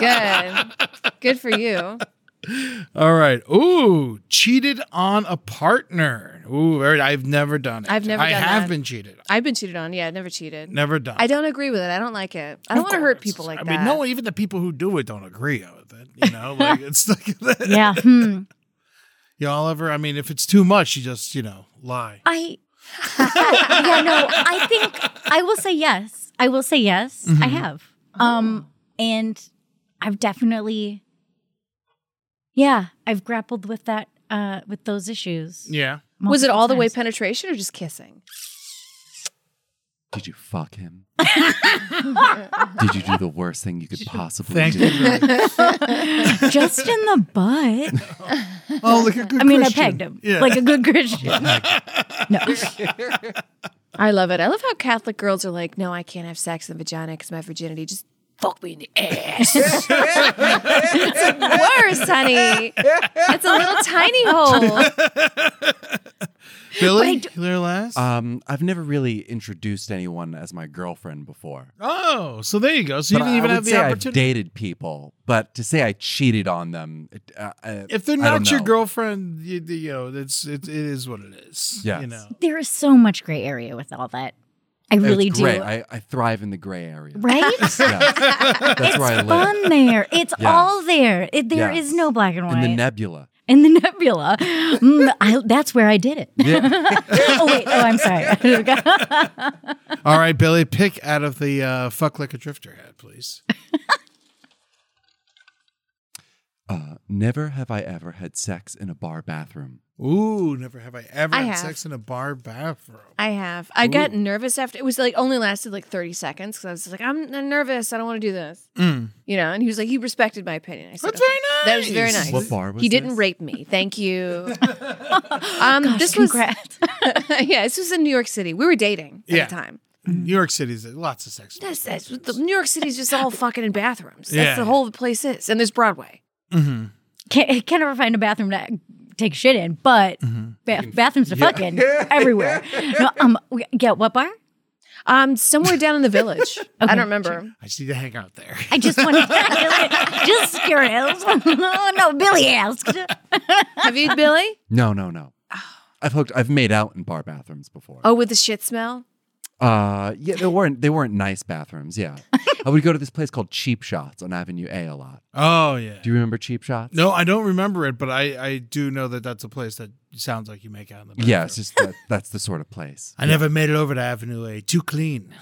Speaker 5: Good. Good for you.
Speaker 6: all right. Ooh, cheated on a partner. Ooh, very- I've never done it.
Speaker 5: I've never
Speaker 6: I
Speaker 5: done
Speaker 6: have
Speaker 5: that.
Speaker 6: been cheated.
Speaker 5: I've been cheated on. Yeah, never cheated.
Speaker 6: Never done.
Speaker 5: I don't agree with it. I don't like it. I don't want to hurt people like
Speaker 6: I
Speaker 5: that.
Speaker 6: mean, no, even the people who do it don't agree with it. You
Speaker 7: <laughs>
Speaker 6: know, like it's like <laughs>
Speaker 7: yeah. Hmm.
Speaker 6: y'all ever. I mean, if it's too much, you just you know lie.
Speaker 7: I. yeah. No. I think I will say yes. I will say yes. I
Speaker 8: Mm-hmm.
Speaker 6: Mhm.
Speaker 7: have. Um. And I've definitely. Yeah, I've grappled with that. Uh, with
Speaker 8: <laughs>
Speaker 7: those issues. <laughs>
Speaker 6: Yeah.
Speaker 5: Was it
Speaker 7: multiple
Speaker 5: all the way
Speaker 7: times.
Speaker 5: penetration or just kissing?
Speaker 8: Did you fuck him? Did you do the worst thing you could possibly
Speaker 6: Thank
Speaker 8: do?
Speaker 7: Just in the butt.
Speaker 6: Oh, like a good
Speaker 7: I mean,
Speaker 5: Christian.
Speaker 7: I pegged him.
Speaker 5: Yeah.
Speaker 7: Like a good Christian. no.
Speaker 5: I love it. I love how Catholic girls are like, no, I can't have sex in the vagina because my virginity just fuck me in the ass. <laughs> it's worse, honey. It's a little tiny hole.
Speaker 6: Billy, clear last.
Speaker 8: Um, I've never really introduced anyone as my girlfriend before.
Speaker 6: Oh, so there you go. So you
Speaker 8: But
Speaker 6: didn't
Speaker 8: I
Speaker 6: even
Speaker 8: would
Speaker 6: have the
Speaker 8: say I've
Speaker 6: opportunity.
Speaker 8: dated people, but to say I cheated on them, it- uh, uh,
Speaker 6: if they're
Speaker 8: I don't
Speaker 6: not your
Speaker 8: know.
Speaker 6: girlfriend, you, you know, it's it, it is what it is.
Speaker 8: Yes.
Speaker 6: You know.
Speaker 7: There is so much gray area with all that. I
Speaker 8: It's
Speaker 7: really do.
Speaker 8: great. I, I <laughs> thrive in the gray area.
Speaker 7: Right?
Speaker 6: <laughs>
Speaker 8: Yes. That's
Speaker 7: it's
Speaker 8: where I live.
Speaker 7: fun there. It's
Speaker 8: Yeah.
Speaker 7: all there. It, there is
Speaker 8: Yes.
Speaker 7: no black and
Speaker 8: in
Speaker 7: white.
Speaker 8: the nebula.
Speaker 7: In the nebula. Mm, I, that's where I did it.
Speaker 8: Yeah.
Speaker 7: <laughs> oh, wait. Oh, I'm sorry. <laughs>
Speaker 6: All right, Billy, pick out of the uh, fuck like a drifter hat, please.
Speaker 8: Uh, never have I ever had sex in a bar bathroom.
Speaker 6: Ooh, never have I ever
Speaker 5: I
Speaker 6: had
Speaker 5: have.
Speaker 6: sex in a bar bathroom.
Speaker 5: I have. I got nervous after it was like only lasted like 30 seconds because I was just like, I'm I'm nervous. I don't want to do this.
Speaker 6: Mm.
Speaker 5: You know, and he was like, he respected my opinion. I said,
Speaker 6: That's very
Speaker 5: "Okay." That was very
Speaker 6: nice.
Speaker 5: nice.
Speaker 8: What bar was
Speaker 5: he didn't
Speaker 8: this?
Speaker 5: rape me.
Speaker 6: <laughs>
Speaker 5: Thank you. um,
Speaker 7: Gosh,
Speaker 5: this was
Speaker 7: congrats.
Speaker 5: <laughs> yeah. This was in New York City. We were dating at
Speaker 6: Yeah.
Speaker 5: the time.
Speaker 6: New York City's lots of sex.
Speaker 5: That's, that's what the, New York City's just all fucking in bathrooms.
Speaker 6: Yeah.
Speaker 5: That's the whole place is, and there's Broadway.
Speaker 6: Mm-hmm.
Speaker 7: can't, can't ever find a bathroom to take shit in, but
Speaker 6: Mm-hmm.
Speaker 7: ba- bathrooms are
Speaker 5: Yeah.
Speaker 7: fucking everywhere. No, um, we- yeah, what bar?
Speaker 5: Um, somewhere down in
Speaker 6: <laughs>
Speaker 5: the village. I don't remember.
Speaker 6: I just need to hang out there.
Speaker 7: I just <laughs> wanted just curious. <laughs> oh, no, Billy asked.
Speaker 5: Have you, Billy?
Speaker 8: No, no, no. I've hooked. I've made out in bar bathrooms before.
Speaker 5: Oh, with the shit smell.
Speaker 8: Uh, yeah, they weren't. They weren't nice bathrooms. Yeah, I would go to this place called Cheap Shots on Avenue A a lot.
Speaker 6: Oh yeah.
Speaker 8: Do you remember Cheap Shots?
Speaker 6: No, I don't remember it, but I, I do know that that's a place that sounds like you make out in the bathroom.
Speaker 8: Yeah, it's just that, that's the sort of place.
Speaker 6: I never made it over to Avenue A. Too clean.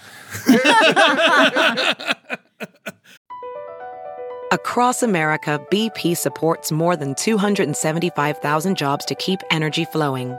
Speaker 11: Across America, BP supports more than 275,000 jobs to keep energy flowing.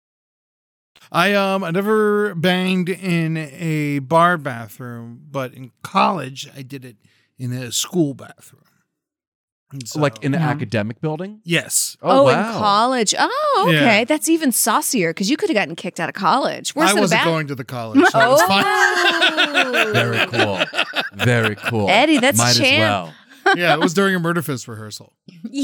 Speaker 6: I um I never banged in a bar bathroom, but in college I did it in a school bathroom. And so-
Speaker 8: like in an
Speaker 5: Mm-hmm.
Speaker 8: academic building.
Speaker 6: Yes.
Speaker 5: Oh,
Speaker 8: wow.
Speaker 5: in college. Oh, okay.
Speaker 6: Yeah.
Speaker 5: That's even saucier because you could have gotten kicked out of college.
Speaker 6: I
Speaker 5: Worse than a
Speaker 6: wasn't
Speaker 5: bat- Oh.
Speaker 6: going to the college,
Speaker 5: <laughs>
Speaker 6: so it was fine.
Speaker 8: Very cool. Very cool.
Speaker 5: Eddie, that's a
Speaker 8: Might
Speaker 5: champ.
Speaker 6: yeah, it was during a murder fist rehearsal.
Speaker 5: was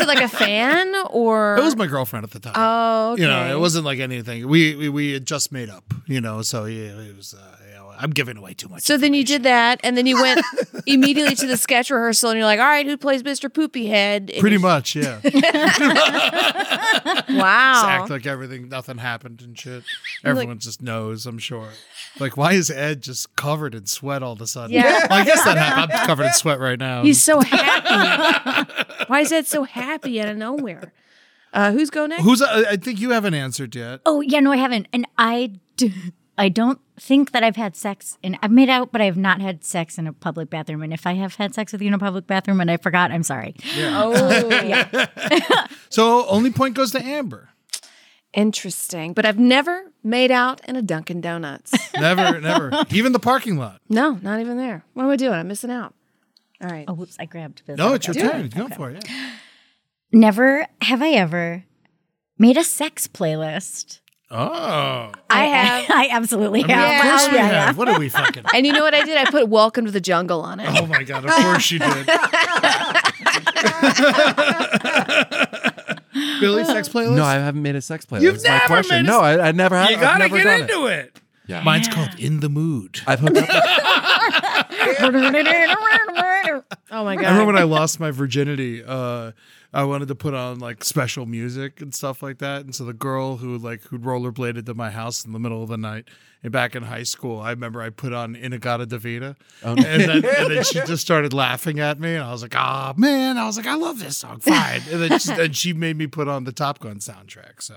Speaker 5: it like a fan or?
Speaker 6: It was my girlfriend at the time.
Speaker 5: Oh, okay.
Speaker 6: You know, it wasn't like anything. We we, we had just made up, you know, so yeah, it was uh, you know, I'm giving away too much.
Speaker 5: So then you did that, and then
Speaker 6: <laughs>
Speaker 5: you went immediately to the sketch rehearsal, and you're like, "All right, who plays Mr. Poopy Head?" And <laughs>
Speaker 6: Pretty
Speaker 5: you-
Speaker 6: much, yeah. Just
Speaker 5: Wow.
Speaker 6: act like everything, nothing happened and
Speaker 7: <laughs>
Speaker 6: shit. Everyone just knows, I'm sure. Like, why is Ed just covered in sweat all of a sudden?
Speaker 5: Yeah.
Speaker 6: Well, I guess that happened.
Speaker 7: <laughs>
Speaker 6: I'm covered in sweat right now.
Speaker 5: He's so <laughs> happy. Why is that so happy out of nowhere? Uh, who's going next?
Speaker 6: Who's? I I think you haven't answered yet.
Speaker 7: Oh yeah, no, I haven't, and I do. I don't think that I've had sex, and I've made out, but I have not had sex in a public bathroom. And if I have had sex with you in a public bathroom and I forgot, I'm sorry.
Speaker 5: Oh, yeah.
Speaker 6: So only point goes to Amber.
Speaker 5: Interesting. But I've never made out in a Dunkin' <laughs> Donuts.
Speaker 6: Never,
Speaker 7: <laughs>
Speaker 6: never. Even the parking lot.
Speaker 5: no, not even there. What am I doing? I'm missing out. All right.
Speaker 7: Oh, whoops, I grabbed. This.
Speaker 6: No, it's your
Speaker 7: I grabbed
Speaker 6: turn.
Speaker 7: it.
Speaker 6: Go for it. yeah.
Speaker 7: Never have I ever made a sex playlist.
Speaker 6: Oh,
Speaker 5: I have.
Speaker 7: <laughs> I absolutely
Speaker 6: I
Speaker 7: have.
Speaker 6: mean, of course we
Speaker 7: Yeah, yeah.
Speaker 6: have. What are we
Speaker 7: <laughs>
Speaker 6: fucking?
Speaker 5: And you know what I did? I put Welcome to the Jungle on it.
Speaker 6: <laughs> Oh my god! Of course you
Speaker 7: <laughs>
Speaker 6: did. <laughs> Billy sex
Speaker 8: as well.
Speaker 6: playlist.
Speaker 8: No, I haven't made a sex play.
Speaker 6: You've
Speaker 8: That's my
Speaker 6: never
Speaker 8: question.
Speaker 6: made a-
Speaker 8: No, I, I never have. I've never done it.
Speaker 6: it.
Speaker 8: Yeah.
Speaker 6: Mine's called "In the Mood."
Speaker 8: I've hooked up.
Speaker 7: <laughs>
Speaker 5: Oh my
Speaker 6: I remember
Speaker 5: God.
Speaker 6: when I lost my virginity. Uh, I wanted to put on like special music and stuff like that, and so the girl who like who rollerbladed to my house in the middle of the night, and back in high school, I remember I put on Inagata Davida, and, then, and then
Speaker 8: <laughs>
Speaker 6: she just started laughing at me, and I was like, "Ah, man!" I was like, "I love this song, fine." And then she, and she made me put on the Top Gun soundtrack, so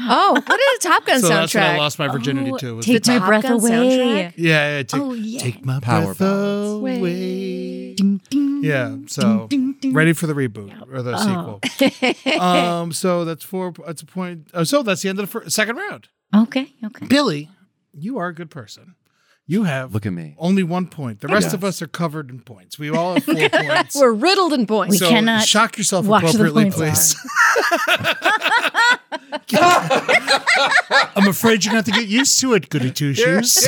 Speaker 5: Oh, <laughs> what is a Top Gun
Speaker 6: so that's what I
Speaker 5: soundtrack?
Speaker 6: lost my virginity to. Was
Speaker 7: Take
Speaker 5: The
Speaker 7: my
Speaker 5: Top
Speaker 7: breath
Speaker 5: Gun
Speaker 7: away.
Speaker 5: soundtrack?
Speaker 6: yeah, yeah, take,
Speaker 7: Oh, yeah.
Speaker 6: take my
Speaker 8: Power
Speaker 6: breath
Speaker 8: ballads.
Speaker 6: away.
Speaker 7: Ding, ding.
Speaker 6: Yeah, so
Speaker 7: ding, ding. Uh-huh.
Speaker 6: ready for the reboot or the sequel.
Speaker 7: <laughs>
Speaker 6: um, so that's four. That's a point. Oh, so that's the end of the fir- second round.
Speaker 7: Okay, okay.
Speaker 6: Billy, you are a good person. You have
Speaker 8: Look at me.
Speaker 6: only one point. The rest of
Speaker 8: Yes.
Speaker 6: us are covered in points. We all
Speaker 7: <laughs>
Speaker 6: have four points.
Speaker 5: We're riddled in points.
Speaker 7: We
Speaker 6: so
Speaker 7: cannot
Speaker 6: shock yourself
Speaker 7: wash the
Speaker 6: appropriately,
Speaker 7: points
Speaker 6: please. <laughs> I'm afraid you're going to have to get used to it, goody two
Speaker 5: <laughs>
Speaker 6: shoes.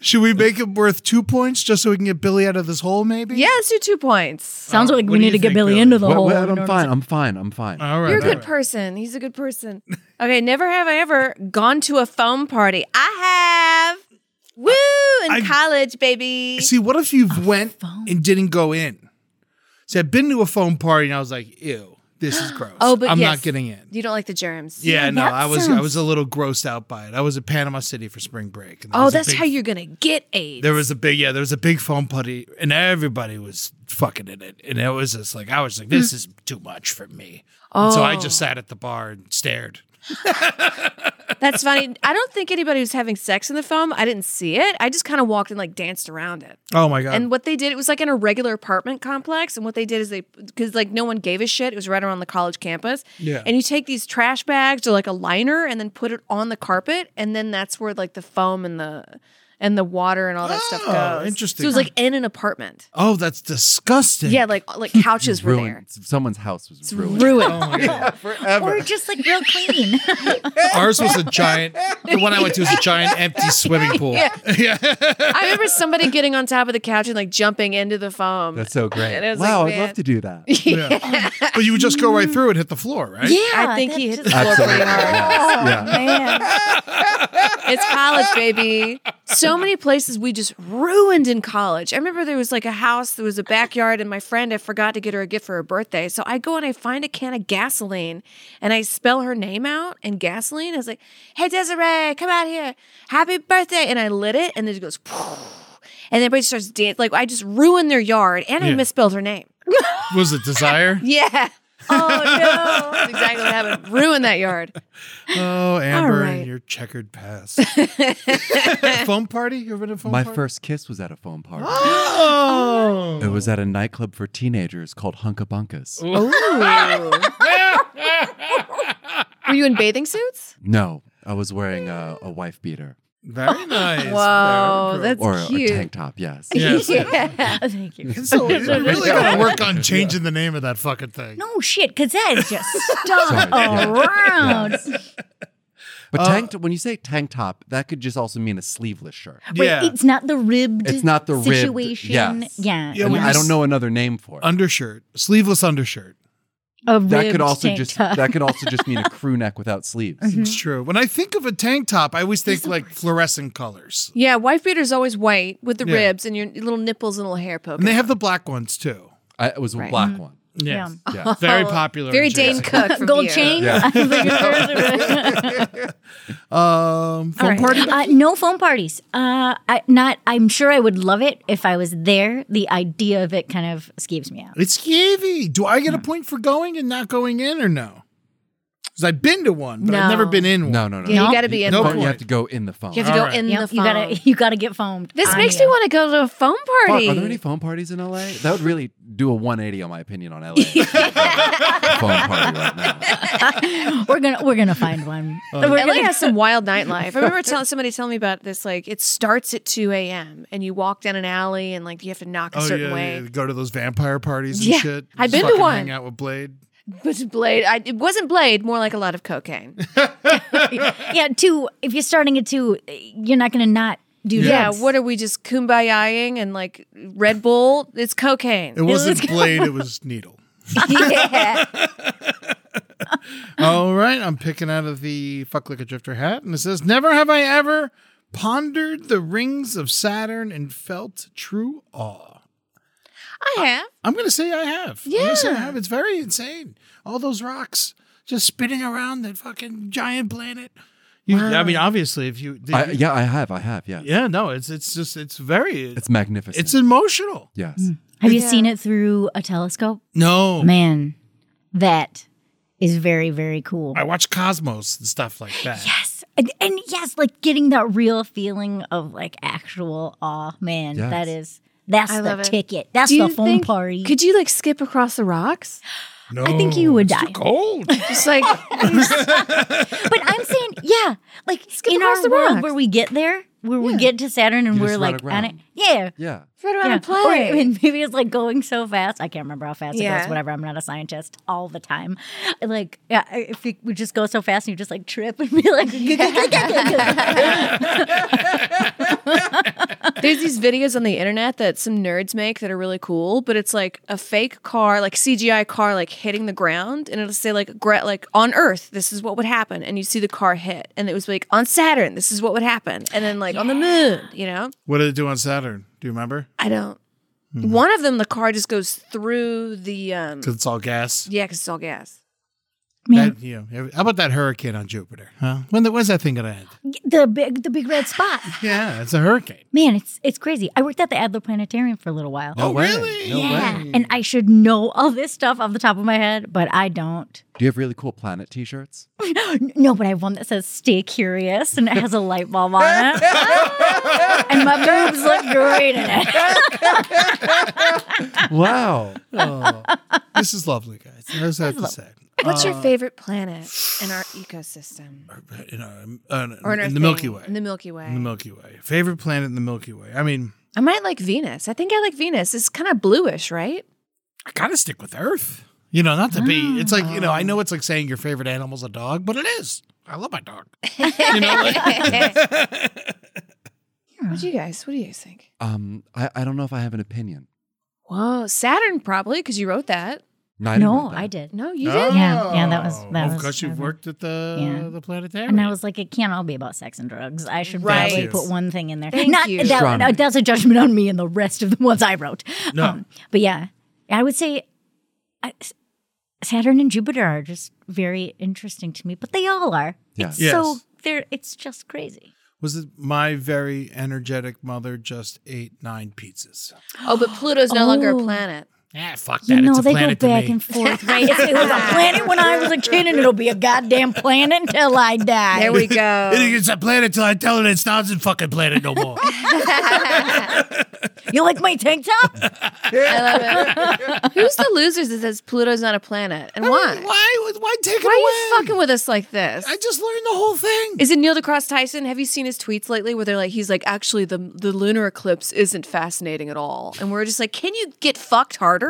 Speaker 6: Should we make it worth two points just so we can get Billy out of this hole, maybe?
Speaker 5: yeah, let's do two points.
Speaker 7: Sounds
Speaker 6: Uh,
Speaker 7: like
Speaker 6: what
Speaker 7: we
Speaker 6: do
Speaker 7: need
Speaker 6: you
Speaker 7: to
Speaker 6: think,
Speaker 7: get Billy
Speaker 6: Billy?
Speaker 7: into the
Speaker 8: What-
Speaker 7: hole.
Speaker 8: what-
Speaker 7: in order
Speaker 8: I'm
Speaker 7: to-
Speaker 8: fine. I'm fine. I'm fine.
Speaker 6: All right.
Speaker 5: You're a
Speaker 6: all
Speaker 5: good
Speaker 6: right.
Speaker 5: person. He's a good person. Okay, never have I ever gone to a foam party. I have. Woo! In
Speaker 6: I-
Speaker 5: college, baby.
Speaker 6: See, what if you went and didn't go in? See, I've been to a phone party and I was like, ew, this
Speaker 5: <gasps>
Speaker 6: is gross.
Speaker 5: Oh, but
Speaker 6: I'm
Speaker 5: yes.
Speaker 6: not getting in.
Speaker 5: You don't like the germs.
Speaker 6: Yeah, no,
Speaker 7: that
Speaker 6: I was I
Speaker 7: sounds-
Speaker 6: was a little grossed out by it. I was at Panama City for spring break. and there
Speaker 5: Oh,
Speaker 6: was a
Speaker 5: that's
Speaker 6: big-
Speaker 5: how you're gonna get AIDS.
Speaker 6: There was a big yeah, there was a big phone party, and everybody was fucking in it, and it was just like I was like,
Speaker 5: Mm.
Speaker 6: this is too much for me. And so I just
Speaker 5: Oh.
Speaker 6: sat at the bar and stared.
Speaker 5: That's funny. I don't think anybody was having sex in the foam. I didn't see it. I just kind of walked and like danced around it.
Speaker 6: Oh my god!
Speaker 5: And what they did, it was like in a regular apartment complex. And what they did is they, because like no one gave a shit. It was right around the college campus.
Speaker 6: Yeah.
Speaker 5: And you take these trash bags or like a liner and then put it on the carpet. And then that's where like the foam and the and the water and all that stuff
Speaker 6: Oh,
Speaker 5: goes.
Speaker 6: interesting.
Speaker 5: So it was like in an apartment.
Speaker 6: Oh, that's disgusting.
Speaker 5: Yeah, like like couches were there.
Speaker 8: Ruined. Someone's house was
Speaker 5: It's
Speaker 8: ruined.
Speaker 5: ruined.
Speaker 6: Oh
Speaker 7: Or just like real
Speaker 8: <laughs>
Speaker 7: clean.
Speaker 6: <laughs> Ours was a giant. The one I went to was a
Speaker 5: <laughs>
Speaker 6: giant empty swimming pool.
Speaker 5: Yeah.
Speaker 6: yeah.
Speaker 5: I remember somebody getting on top of the couch and like jumping into the foam.
Speaker 8: That's so great.
Speaker 5: And it was like,
Speaker 8: wow, I'd
Speaker 5: man.
Speaker 8: love to do that.
Speaker 6: <laughs> Yeah. but you would just go right through and hit the floor, right?
Speaker 5: I think he hit the floor
Speaker 8: Absolutely.
Speaker 5: pretty hard.
Speaker 7: Oh,
Speaker 8: Yeah.
Speaker 7: Man.
Speaker 5: It's college, baby. So many places we just ruined in college. I remember there was like a house, there was a backyard, and my friend, I forgot to get her a gift for her birthday. So I go and I find a can of gasoline and I spell her name out and gasoline. I was like, hey, Desiree, come out here. Happy birthday. And I lit it and it goes, <laughs> and everybody starts dancing. Like I just ruined their yard and I
Speaker 6: Yeah.
Speaker 5: misspelled her name.
Speaker 6: Was it desire?
Speaker 5: <laughs> Yeah. Oh, no. That's exactly what happened. Ruined that yard.
Speaker 6: Oh, Amber,
Speaker 5: right.
Speaker 6: your checkered past.
Speaker 5: <laughs>
Speaker 6: foam party? You ever been to a foam
Speaker 8: My
Speaker 6: party?
Speaker 8: first kiss was at a
Speaker 5: <gasps>
Speaker 8: foam party.
Speaker 6: <gasps> Oh.
Speaker 8: It was at a nightclub for teenagers called Hunkabunkas.
Speaker 5: Were you in bathing suits?
Speaker 8: No, I was wearing a, a wife beater
Speaker 5: <laughs>
Speaker 6: Very nice.
Speaker 5: Whoa,
Speaker 6: Very
Speaker 5: that's
Speaker 8: or a, a
Speaker 5: cute.
Speaker 8: tank top. Yes.
Speaker 6: <laughs>
Speaker 5: <laughs>
Speaker 6: Yes.
Speaker 7: Yeah. Thank you.
Speaker 6: pro- So you really gotta work on changing the name of that fucking thing.
Speaker 7: No shit, because that is
Speaker 8: <laughs>
Speaker 7: just stuff
Speaker 8: Sorry, yeah.
Speaker 7: around.
Speaker 8: But
Speaker 6: Uh,
Speaker 8: tank t- when you say tank top, that could just also mean a sleeveless shirt.
Speaker 7: Wait,
Speaker 6: yeah.
Speaker 7: it's not the ribbed
Speaker 8: It's not the ribbed-
Speaker 7: situation.
Speaker 8: yes.
Speaker 7: Yeah.
Speaker 6: Yeah,
Speaker 8: And
Speaker 6: we
Speaker 8: I
Speaker 6: just-
Speaker 8: don't know another name
Speaker 6: <laughs>
Speaker 8: for it.
Speaker 6: undershirt. Sleeveless
Speaker 5: <laughs>
Speaker 6: undershirt.
Speaker 7: A
Speaker 8: that
Speaker 7: ribbed
Speaker 8: could also
Speaker 7: tank
Speaker 8: just
Speaker 7: top.
Speaker 8: that could also just mean a crew neck without sleeves.
Speaker 6: It's true. When I think of a tank top, I always think like fluorescent colors.
Speaker 5: Yeah, wife beater's always white with the
Speaker 6: Yeah.
Speaker 5: ribs and your little nipples and little hair poking.
Speaker 6: And they have the black ones too.
Speaker 8: I, it was a
Speaker 5: Right.
Speaker 8: black one.
Speaker 7: Yeah.
Speaker 8: Yeah.
Speaker 6: <laughs>
Speaker 5: <laughs>
Speaker 6: Very popular. in
Speaker 5: Very Dane
Speaker 6: Jersey.
Speaker 5: <laughs> Cook. from
Speaker 7: Gold
Speaker 5: Beer.
Speaker 7: chain. <laughs>
Speaker 6: <laughs> Um, foam
Speaker 5: right.
Speaker 6: party?
Speaker 7: Uh, no phone parties. Uh, I, not. I'm sure I would love it if I was there. The idea of it kind of skeeves me out.
Speaker 6: It's Kievy. Do I
Speaker 8: Hmm.
Speaker 6: get a point for going and not going in or no? Because I've been to one, but I've never
Speaker 5: No.
Speaker 6: been in one.
Speaker 8: No, no, no.
Speaker 5: Yeah, you got to be in
Speaker 6: No
Speaker 8: You
Speaker 5: the
Speaker 8: have-
Speaker 6: point.
Speaker 8: you have to go in the phone.
Speaker 5: You have to go
Speaker 6: All right.
Speaker 5: in
Speaker 7: Yep,
Speaker 5: the phone.
Speaker 7: you gotta <laughs> you gotta get foamed.
Speaker 5: this
Speaker 7: I
Speaker 5: makes
Speaker 7: am.
Speaker 5: me want to go to a phone
Speaker 8: Fuck,
Speaker 5: party. <laughs>
Speaker 8: are there any phone parties in LA? That would really do a 180 on my opinion on LA. phone party right now.
Speaker 7: we're gonna we're gonna
Speaker 6: <laughs>
Speaker 7: find one.
Speaker 6: Uh,
Speaker 7: We're
Speaker 5: LA
Speaker 7: gonna-
Speaker 5: has <laughs> some wild nightlife. I remember tell, somebody telling me about this. Like, it starts at 2 a.m. and you walk down an alley and like you have to knock a
Speaker 6: Oh,
Speaker 5: certain
Speaker 6: yeah,
Speaker 5: way.
Speaker 6: yeah, Go to those vampire parties and
Speaker 5: Yeah.
Speaker 6: shit.
Speaker 5: I've
Speaker 6: Just
Speaker 5: been to
Speaker 6: fucking
Speaker 5: one.
Speaker 6: Hang out with Blade.
Speaker 5: But Blade, I, it wasn't Blade, more like a lot
Speaker 6: <laughs>
Speaker 5: of cocaine.
Speaker 7: yeah, two. If you're starting at two, you're not gonna not
Speaker 5: <laughs>
Speaker 7: do
Speaker 5: yeah,
Speaker 7: drugs.
Speaker 5: what are we just kumbayaing and like Red Bull? It's cocaine.
Speaker 6: It wasn't Blade, it was Needle.
Speaker 7: yeah.
Speaker 6: All right, I'm picking out of the fuck like a drifter hat, and it says, "Never have I ever pondered the rings of Saturn and felt true awe."
Speaker 5: I have.
Speaker 6: I'm gonna say I have. I'm gonna say I
Speaker 5: Yeah.
Speaker 6: have. It's very insane. All those rocks just spinning around that fucking giant planet. You, I mean, obviously, if you, did
Speaker 8: I,
Speaker 6: you-
Speaker 8: yeah, I have. I have. Yeah.
Speaker 6: yeah, no, it's it's just it's very it's,
Speaker 8: It's magnificent.
Speaker 6: emotional.
Speaker 8: yes.
Speaker 7: Have you seen it through a telescope?
Speaker 6: No,
Speaker 7: Man, that is very very cool.
Speaker 6: I watch Cosmos and stuff like that.
Speaker 7: Yes. And, and yes, like getting that real feeling of like actual awe, man.
Speaker 8: Yes.
Speaker 7: That is that's
Speaker 5: I love
Speaker 7: the
Speaker 5: it.
Speaker 7: ticket. That's
Speaker 5: Do
Speaker 7: the
Speaker 5: you
Speaker 7: phone
Speaker 5: think-
Speaker 7: party.
Speaker 5: Could you like skip across the rocks?
Speaker 6: No,
Speaker 7: I think you would
Speaker 6: it's
Speaker 7: die.
Speaker 6: Too cold.
Speaker 5: Just <laughs> like
Speaker 7: but
Speaker 5: <laughs>
Speaker 7: I'm saying, yeah, like
Speaker 5: Skip
Speaker 7: in
Speaker 5: across
Speaker 7: our
Speaker 5: the
Speaker 7: world
Speaker 5: rocks.
Speaker 7: where we get there, where we get to Saturn and
Speaker 8: You
Speaker 7: we're
Speaker 8: just
Speaker 7: like
Speaker 8: run
Speaker 7: on it.
Speaker 8: around.
Speaker 7: Yeah.
Speaker 8: Yeah.
Speaker 5: Right around
Speaker 7: Yeah.
Speaker 5: and play.
Speaker 7: Or <laughs> I mean, maybe it's like going so fast. I can't remember how fast it
Speaker 5: Yeah.
Speaker 7: goes. Whatever. I'm not a scientist all the time. Like, yeah, if we, we just go so fast and you just like trip and be like, <laughs>
Speaker 5: There's these videos on the internet that some nerds make that are really cool, but it's like a fake car, like CGI car, like hitting the ground, and it'll say like gra- like on Earth, this is what would happen, and you see the car hit, and it was like on Saturn, this is what would happen, and then like on the moon, you know.
Speaker 6: What did it do on Saturn? Do you remember?
Speaker 5: I don't. One of them, the car just goes through the um.
Speaker 6: Because it's all gas.
Speaker 5: Yeah, because it's all gas.
Speaker 7: Man.
Speaker 6: That, you know, how about that hurricane on Jupiter? Huh? When the, when's that thing gonna end?
Speaker 7: the big the big red spot.
Speaker 6: Yeah, it's a hurricane.
Speaker 7: Man, it's it's crazy. I worked at the Adler Planetarium for a little while.
Speaker 8: No way.
Speaker 6: really?
Speaker 8: No
Speaker 7: yeah,
Speaker 8: way.
Speaker 7: and I should know all this stuff off the top of my head, but I don't.
Speaker 8: Do you have really cool planet t shirts?
Speaker 7: <laughs> No, but I have one that says "Stay Curious" and it has a light bulb on
Speaker 8: <laughs>
Speaker 7: it, and my boobs look great in it.
Speaker 8: wow.
Speaker 6: <laughs> Oh, this is lovely, guys. I just have to say.
Speaker 5: What's your
Speaker 6: Uh,
Speaker 5: favorite planet in our ecosystem?
Speaker 6: in, our, uh, in,
Speaker 5: Or in our
Speaker 6: the Milky
Speaker 5: thing,
Speaker 6: Way.
Speaker 5: in the Milky Way.
Speaker 6: In the Milky Way. Favorite planet in the Milky Way. I mean,
Speaker 5: I might like Venus. I think I like Venus. It's kind of bluish, right?
Speaker 6: I kind of stick with Earth. you know, not to be. It's like you know, I know it's like saying your favorite animal's a dog, but it is. I love my
Speaker 5: <laughs>
Speaker 6: dog. you know,
Speaker 5: What do you guys? What do you guys think?
Speaker 8: Um, I, I don't know if I have an opinion.
Speaker 5: Whoa, Saturn probably because you wrote that.
Speaker 8: No, I didn't write
Speaker 5: I
Speaker 7: did.
Speaker 5: No, <laughs> you
Speaker 6: Oh.
Speaker 5: did.
Speaker 7: Yeah, yeah, that was that
Speaker 6: Oh,
Speaker 7: was.
Speaker 6: 'cause you've
Speaker 7: that was-
Speaker 6: worked at the the planetarium,
Speaker 7: and I was like, it can't all be about sex and drugs. I should
Speaker 6: Right.
Speaker 7: probably
Speaker 6: Thank you.
Speaker 7: put one thing in there.
Speaker 5: Thank
Speaker 7: Not
Speaker 5: you.
Speaker 7: that
Speaker 5: Astronomy.
Speaker 7: no, that's a judgment on me and the rest of the ones I wrote. Um,
Speaker 6: No.
Speaker 7: but yeah, I would say I- Saturn and Jupiter are just very interesting to me, but they all are.
Speaker 6: Yeah.
Speaker 7: It's
Speaker 6: Yes.
Speaker 7: So they're it's just crazy.
Speaker 6: was it my very energetic mother just ate nine pizzas?
Speaker 5: Oh, but Pluto's no longer a
Speaker 7: Oh.
Speaker 5: planet.
Speaker 6: Yeah, fuck
Speaker 7: You
Speaker 6: that.
Speaker 7: know
Speaker 6: it's a
Speaker 7: they go
Speaker 6: planet
Speaker 7: back
Speaker 6: to me. <laughs>
Speaker 7: and forth, right? It's- it was a planet when I was a kid, and it'll be a goddamn planet until I die.
Speaker 5: There <laughs> we go.
Speaker 6: it's a planet till I tell it it's not a fucking planet no
Speaker 5: <laughs>
Speaker 6: more.
Speaker 7: You like my tank top?
Speaker 5: I love it. Who's the losers that says Pluto's not a planet and why?
Speaker 6: Why? would- Why take it
Speaker 5: Why
Speaker 6: away?
Speaker 5: are you fucking with us like this?
Speaker 6: I just learned the whole thing.
Speaker 5: Is it Neil deGrasse Tyson? Have you seen his tweets lately where they're like, he's like, actually, the the lunar eclipse isn't fascinating at all, and we're just like, can you get fucked harder?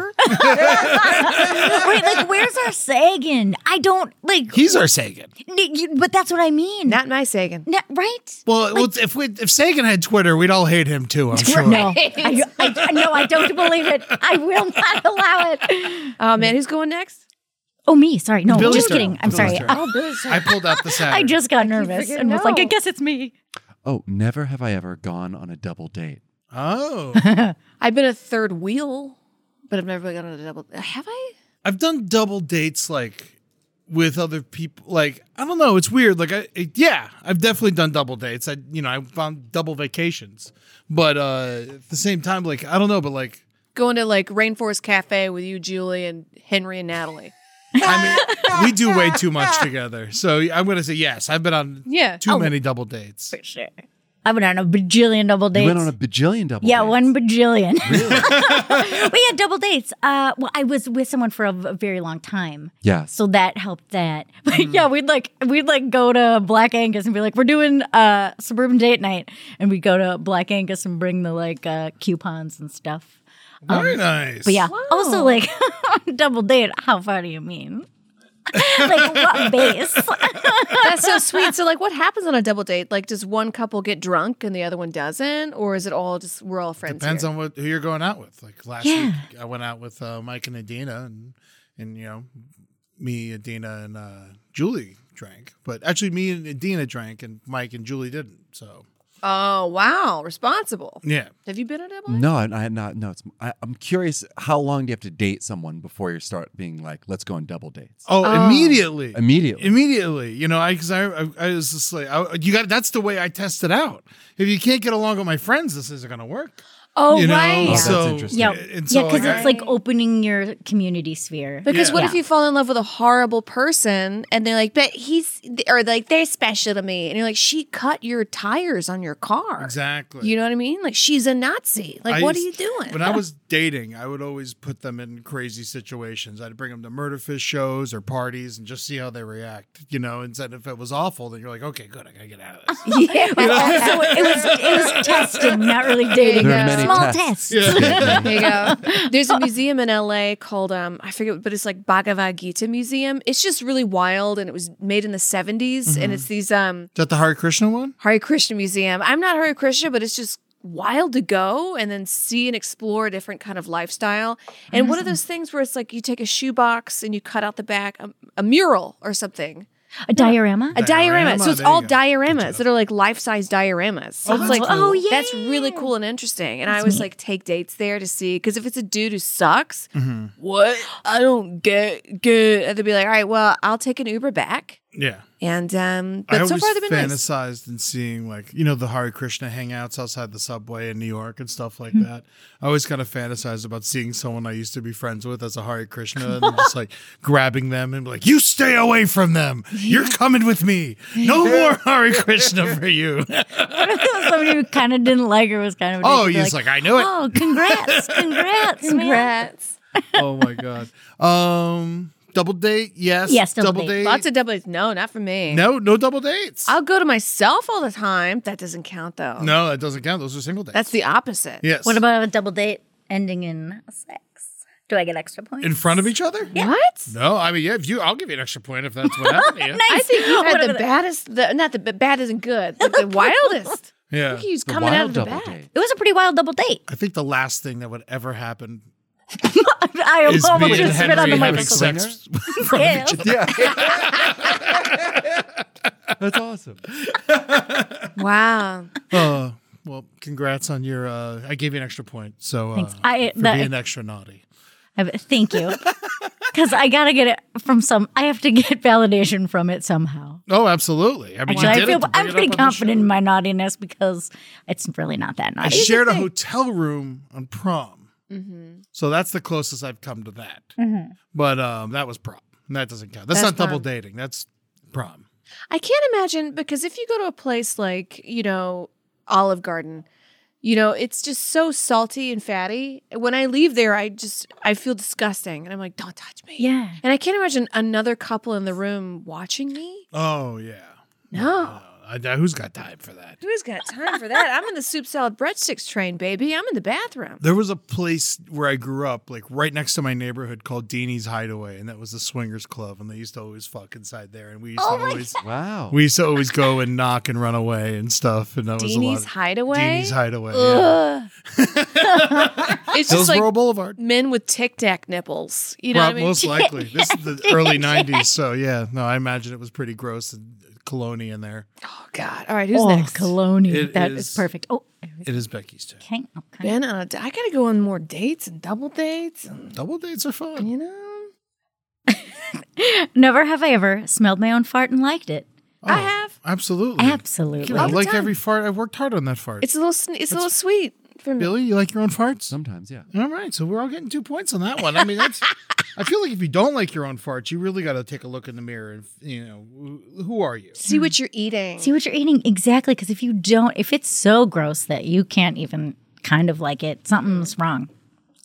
Speaker 7: Wait, like where's our Sagan? I don't like.
Speaker 6: He's our Sagan.
Speaker 7: n- you- But that's what I
Speaker 5: <laughs>
Speaker 7: mean.
Speaker 5: not my Sagan.
Speaker 7: No, right?
Speaker 6: Well, well, if we if Sagan had Twitter, we'd all hate him too. I'm sure.
Speaker 7: No, I, I, no, I don't believe it. I will not allow it.
Speaker 5: Oh man, who's going next?
Speaker 7: Oh, me. Sorry. No,
Speaker 6: Billy's
Speaker 7: just
Speaker 6: turn.
Speaker 7: kidding. I'm
Speaker 6: Billy's
Speaker 7: sorry.
Speaker 6: turn.
Speaker 7: I,
Speaker 6: I pulled out the Saturn.
Speaker 7: Oh, <laughs> I just got nervous
Speaker 5: forgetting-
Speaker 7: and was like,
Speaker 5: no.
Speaker 7: I guess it's me.
Speaker 8: Oh, never have I ever gone on a double date.
Speaker 6: Oh,
Speaker 5: I've been a third wheel, but I've never gone on a double. Have I?
Speaker 6: I've done double dates like with other people. Like I don't know. It's weird. Like I it- yeah, I've definitely done double dates. I you know I found double vacations, but uh at the same time, like I don't know, but like
Speaker 5: Going to like Rainforest Cafe with you, Julie, and Henry and Natalie.
Speaker 6: I mean, we do way too much together. So I'm gonna say yes. I've been on
Speaker 5: Yeah.
Speaker 7: Oh.
Speaker 6: too many double dates.
Speaker 7: For sure. I went on a bajillion double dates.
Speaker 8: You went on a bajillion double
Speaker 7: yeah,
Speaker 8: dates.
Speaker 7: one bajillion. <laughs> we had double dates. Uh, well, I was with someone for a, v- a very long time.
Speaker 8: Yeah.
Speaker 7: So that helped that. <laughs> But yeah, we'd like we'd like go to Black Angus and be like, we're doing uh suburban date night, and we'd go to Black Angus and bring the like uh coupons and stuff.
Speaker 6: Very nice.
Speaker 7: Um, But yeah, also like <laughs> double date. How far do you mean? <laughs> like what base?
Speaker 5: <laughs> That's so sweet. So, like, what happens on a double date? Like, does one couple get drunk and the other one doesn't, or is it all just we're all friends?
Speaker 6: Depends
Speaker 5: here?
Speaker 6: on what who you're going out with. Like last
Speaker 7: Yeah.
Speaker 6: week, I went out with uh, Mike and Adina, and and you know, me, Adina, and uh, Julie drank. But actually, me and Adina drank, and Mike and Julie didn't. So
Speaker 5: Oh wow, responsible.
Speaker 6: yeah,
Speaker 5: Have you been on a double? date?
Speaker 8: No, I, I not. No, it's. I, I'm curious. How long do you have to date someone before you start being like, let's go on double dates?
Speaker 6: oh, immediately,
Speaker 8: Immediately.
Speaker 6: immediately. You know, I because I, I I was just like, I, you got that's the way I test it out. If you can't get along with my friends, this isn't gonna work.
Speaker 7: oh
Speaker 6: you know,
Speaker 7: right.
Speaker 8: that's
Speaker 6: so
Speaker 8: interesting.
Speaker 7: Yeah,
Speaker 6: and
Speaker 7: yeah,
Speaker 6: so,
Speaker 7: because
Speaker 6: like,
Speaker 7: it's
Speaker 6: I-
Speaker 7: like opening your community sphere.
Speaker 5: Because
Speaker 6: Yeah.
Speaker 5: what
Speaker 7: Yeah.
Speaker 5: if you fall in love with a horrible person and they're like, but he's, or like, they're special to me. And you're like, she cut your tires on your car.
Speaker 6: exactly.
Speaker 5: You know what I mean? Like, she's a Nazi. Like,
Speaker 6: I
Speaker 5: what
Speaker 6: used-
Speaker 5: are you doing?
Speaker 6: When I was dating, I would always put them in crazy situations. I'd bring them to murder fish shows or parties and just see how they react, you know. And said if it was awful, then you're like, okay, good, I gotta get out of this.
Speaker 7: <laughs> But also, it was it was testing, not really dating.
Speaker 8: There are many
Speaker 7: Small
Speaker 8: tests.
Speaker 7: tests.
Speaker 6: <laughs>
Speaker 5: <laughs> There you go. There's a museum in LA called um I forget, but it's like Bhagavad Gita Museum. It's just really wild, and it was made in the 70s, and
Speaker 6: Mm-hmm.
Speaker 5: it's these um
Speaker 6: Is that the Hare Krishna one?
Speaker 5: Hare Krishna Museum. I'm not Hare Krishna, but it's just wild to go and then see and explore a different kind of lifestyle. And
Speaker 6: Mm-hmm.
Speaker 5: one of those things where it's like you take a shoebox and you cut out the back a, a mural or something.
Speaker 7: A diorama.
Speaker 5: A diorama.
Speaker 6: Diorama,
Speaker 5: So it's
Speaker 6: there you
Speaker 5: all
Speaker 6: go.
Speaker 5: dioramas that are like life size dioramas. So
Speaker 6: Oh, that's
Speaker 5: it's like,
Speaker 7: cool. Oh,
Speaker 5: that's
Speaker 7: yeah.
Speaker 5: really cool and interesting. And I always like take dates there to see because if it's a dude who sucks,
Speaker 6: Mm-hmm.
Speaker 5: what I don't get good, and they'd be like, all right, well, I'll take an Uber back.
Speaker 6: Yeah.
Speaker 5: And um,
Speaker 6: I
Speaker 5: but so
Speaker 6: always
Speaker 5: far they've been nice.
Speaker 6: fantasized in seeing like you know the Hare Krishna hangouts outside the subway in New York and stuff like
Speaker 5: Hmm.
Speaker 6: that. I always kind of fantasized about seeing someone I used to be friends with as a Hare Krishna
Speaker 5: <laughs>
Speaker 6: and just like grabbing them and be like, "You stay away from them. You're coming with me. No more Hare Krishna for
Speaker 5: <laughs>
Speaker 6: you."
Speaker 7: Somebody who kind of didn't like her was kind of.
Speaker 6: Oh,
Speaker 7: you'd be
Speaker 6: he's like, I knew it.
Speaker 7: Oh, congrats, congrats, congrats.
Speaker 5: Congrats.
Speaker 6: oh my god. Um, Double date? Yes.
Speaker 5: Yes, double,
Speaker 6: date.
Speaker 5: Lots of Oh. double dates. No, not for me.
Speaker 6: no, no double dates.
Speaker 5: I'll go to myself all the time. That doesn't count though.
Speaker 6: No, that doesn't count. Those are single dates.
Speaker 5: That's the opposite.
Speaker 6: Yes.
Speaker 7: What about a double date ending in sex? Do I get extra points?
Speaker 6: in front of each other?
Speaker 5: What?
Speaker 6: No, I mean, yeah. If you, I'll give you an extra point if that's
Speaker 5: <laughs>
Speaker 6: what happened to you.
Speaker 5: I think you
Speaker 7: <laughs> What
Speaker 5: had the
Speaker 7: about-
Speaker 5: baddest, the, not the b- bad isn't good, but
Speaker 7: <laughs>
Speaker 5: the wildest.
Speaker 6: Yeah.
Speaker 5: I think he's
Speaker 6: The
Speaker 5: coming out
Speaker 6: wild
Speaker 5: of the
Speaker 6: double
Speaker 5: bag.
Speaker 6: date.
Speaker 7: It was a pretty wild double date.
Speaker 6: I think the last thing that would ever happen
Speaker 7: I
Speaker 6: is me
Speaker 7: almost
Speaker 6: and
Speaker 7: just spit on
Speaker 6: Henry
Speaker 7: the
Speaker 6: having
Speaker 7: microphone.
Speaker 6: sex in front of each other.
Speaker 8: That's awesome.
Speaker 5: Wow.
Speaker 6: Uh, well, congrats on your. Uh, I gave you an extra point, so uh,
Speaker 7: Thanks. I-
Speaker 6: for
Speaker 7: that-
Speaker 6: being extra naughty.
Speaker 7: I-
Speaker 6: <laughs>
Speaker 7: Thank you. Because I gotta get it from some. I have to get validation from it somehow.
Speaker 6: Oh, absolutely. I mean,
Speaker 7: Actually,
Speaker 6: you
Speaker 7: I
Speaker 6: did it
Speaker 7: feel
Speaker 6: to bring
Speaker 7: I'm
Speaker 6: it
Speaker 7: pretty
Speaker 6: up on the
Speaker 7: confident in my naughtiness because it's really not that
Speaker 6: show. I
Speaker 7: naughty.
Speaker 6: shared a hotel room on prom,
Speaker 5: Mm-hmm.
Speaker 6: so that's the closest I've come to that. But um, that was prom. And that doesn't count. That's,
Speaker 5: That's
Speaker 6: not double
Speaker 5: prom.
Speaker 6: dating. That's prom.
Speaker 5: I can't imagine because if you go to a place like, you know, Olive Garden, you know, it's just so salty and fatty. When I leave there, I just I feel disgusting and I'm like, don't touch me.
Speaker 7: Yeah.
Speaker 5: And I can't imagine another couple in the room watching me.
Speaker 6: Oh yeah. Uh,
Speaker 5: No.
Speaker 7: Oh.
Speaker 6: I, I- who's got time for that?
Speaker 5: Who's got time for that? I'm in the soup salad breadsticks train, baby. I'm in the bathroom.
Speaker 6: There was a place where I grew up, like right next to my neighborhood, called Deanie's Hideaway, and that was the swingers club, and they used to always fuck inside there, and we
Speaker 5: Oh
Speaker 6: used to always
Speaker 8: Wow.
Speaker 6: we used to always go and knock and run away and stuff, and that was a
Speaker 5: Deanie's
Speaker 6: lot.
Speaker 5: hideaway.
Speaker 6: Deanie's Hideaway, yeah.
Speaker 5: Ugh. it's just
Speaker 6: Hillsborough
Speaker 5: like <laughs>
Speaker 6: Boulevard.
Speaker 5: men with tic tac nipples. You know
Speaker 6: Prob-
Speaker 5: what I mean?
Speaker 6: Most likely, this is
Speaker 5: <laughs>
Speaker 6: the early '90s, so yeah. No, I imagine it was pretty gross and colony in there.
Speaker 5: Oh God. All right, who's
Speaker 7: oh,
Speaker 5: next?
Speaker 7: Colonia.
Speaker 6: It
Speaker 7: That is
Speaker 6: is-
Speaker 7: perfect. Oh,
Speaker 6: It is Becky's too.
Speaker 7: okay. okay.
Speaker 5: Been on a uh, d- I gotta go on more dates and double dates. And,
Speaker 6: Double dates are fun.
Speaker 5: you know,
Speaker 7: Never have I ever smelled my own fart and liked it.
Speaker 5: I have.
Speaker 6: Absolutely,
Speaker 7: Absolutely.
Speaker 6: I
Speaker 5: the
Speaker 6: like
Speaker 5: time.
Speaker 6: every fart. I worked hard on that fart.
Speaker 5: It's a little. Sn- it's a little sweet for me.
Speaker 6: Billy, you like your own farts?
Speaker 8: Sometimes, yeah.
Speaker 6: All right, so we're all getting two points on that one. I mean, that's. I feel like if you don't like your own farts, you really got to take a look in the mirror and you know wh- who are you?
Speaker 5: See what you're eating.
Speaker 7: See what you're eating exactly because if you don't, if it's so gross that you can't even kind of like it, something's wrong.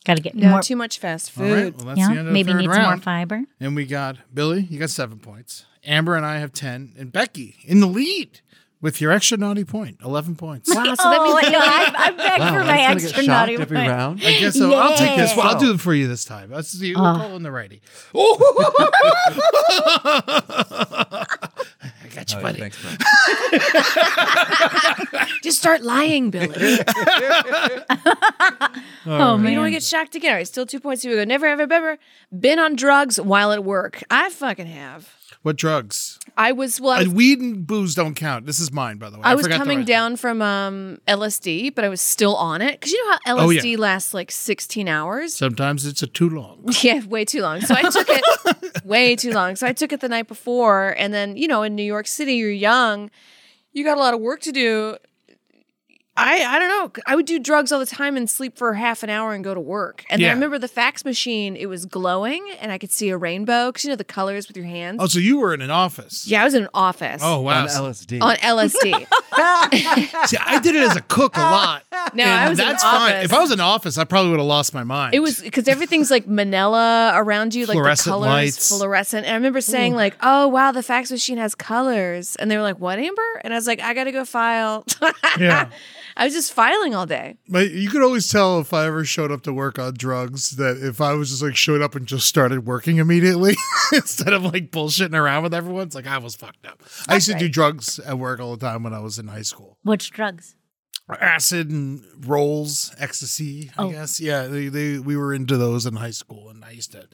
Speaker 7: Got to get
Speaker 5: no,
Speaker 7: more.
Speaker 5: too much fast
Speaker 6: All right,
Speaker 5: food.
Speaker 6: well that's
Speaker 7: yeah,
Speaker 6: the end of
Speaker 7: maybe
Speaker 6: the third
Speaker 7: need some more
Speaker 6: round.
Speaker 7: fiber.
Speaker 6: and we got Billy, you got seven points. Amber and I have ten, and Becky in the lead with your extra naughty point, eleven points.
Speaker 5: Wow, so that means
Speaker 7: wait, no, I, I'm back
Speaker 8: Wow,
Speaker 7: for
Speaker 8: I'm
Speaker 7: my
Speaker 8: just gonna get
Speaker 7: extra
Speaker 8: shocked
Speaker 7: naughty
Speaker 8: every
Speaker 7: one.
Speaker 8: round.
Speaker 6: I guess so. I'll take this.
Speaker 7: <laughs> Yeah.
Speaker 6: one. I'll do it for you this time. That's the we're calling the
Speaker 7: <laughs>
Speaker 6: righty. Oh, I got you, buddy.
Speaker 8: Thanks, bro.
Speaker 5: just start lying,
Speaker 6: <laughs>
Speaker 5: Billy.
Speaker 7: Oh
Speaker 5: you
Speaker 7: man,
Speaker 5: don't want to get shocked again. All right, still two points. Here we go. Never have I ever been on drugs while at work. I fucking have.
Speaker 6: What drugs?
Speaker 5: I was well. I
Speaker 6: Uh,
Speaker 5: was,
Speaker 6: weed and booze don't count. This is mine, by the way.
Speaker 5: I was
Speaker 6: forgot the
Speaker 5: coming
Speaker 6: right one.
Speaker 5: down from um, LSD, but I was still on it because you know how
Speaker 6: Oh, yeah.
Speaker 5: LSD lasts like 16 hours.
Speaker 6: Sometimes it's a too long.
Speaker 5: <laughs> Yeah, way too long. So I took
Speaker 6: <laughs>
Speaker 5: it way too long. So I took it the night before. And then, you know, in New York City, you're young, you got a lot of work to do. I, I don't know. I would do drugs all the time and sleep for half an hour and go to work. And then
Speaker 6: Yeah.
Speaker 5: I remember the fax machine, it was glowing and I could see a rainbow because you know the colors with your hands.
Speaker 6: Oh, so you were in an office?
Speaker 5: yeah, I was in an office
Speaker 6: Oh wow.
Speaker 8: On LSD.
Speaker 6: <laughs>
Speaker 5: on LSD.
Speaker 6: See, I did it as a cook
Speaker 5: <laughs>
Speaker 6: a lot. and
Speaker 5: No, I was in
Speaker 6: that's
Speaker 5: office.
Speaker 6: fine. If I was in office, I probably would have lost my mind.
Speaker 5: It was because everything's like manila around you, like
Speaker 6: Fluorescent
Speaker 5: the colors,
Speaker 6: lights.
Speaker 5: fluorescent. And I remember saying like, "Oh wow, the fax machine has colors," and they were like, "What, Amber?" And I was like, "I gotta go file." <laughs>
Speaker 6: Yeah.
Speaker 5: I was just filing all day.
Speaker 6: But you could always tell if I ever showed up to work on drugs that if I was just like showed up and just started working immediately <laughs> instead of like bullshitting around with everyone, it's like I was fucked up. I used to do drugs at work all the time when I was in high school.
Speaker 7: which drugs?
Speaker 6: Acid and rolls, ecstasy, I
Speaker 7: Oh.
Speaker 6: guess. Yeah, they, they we were into those in high school and I used to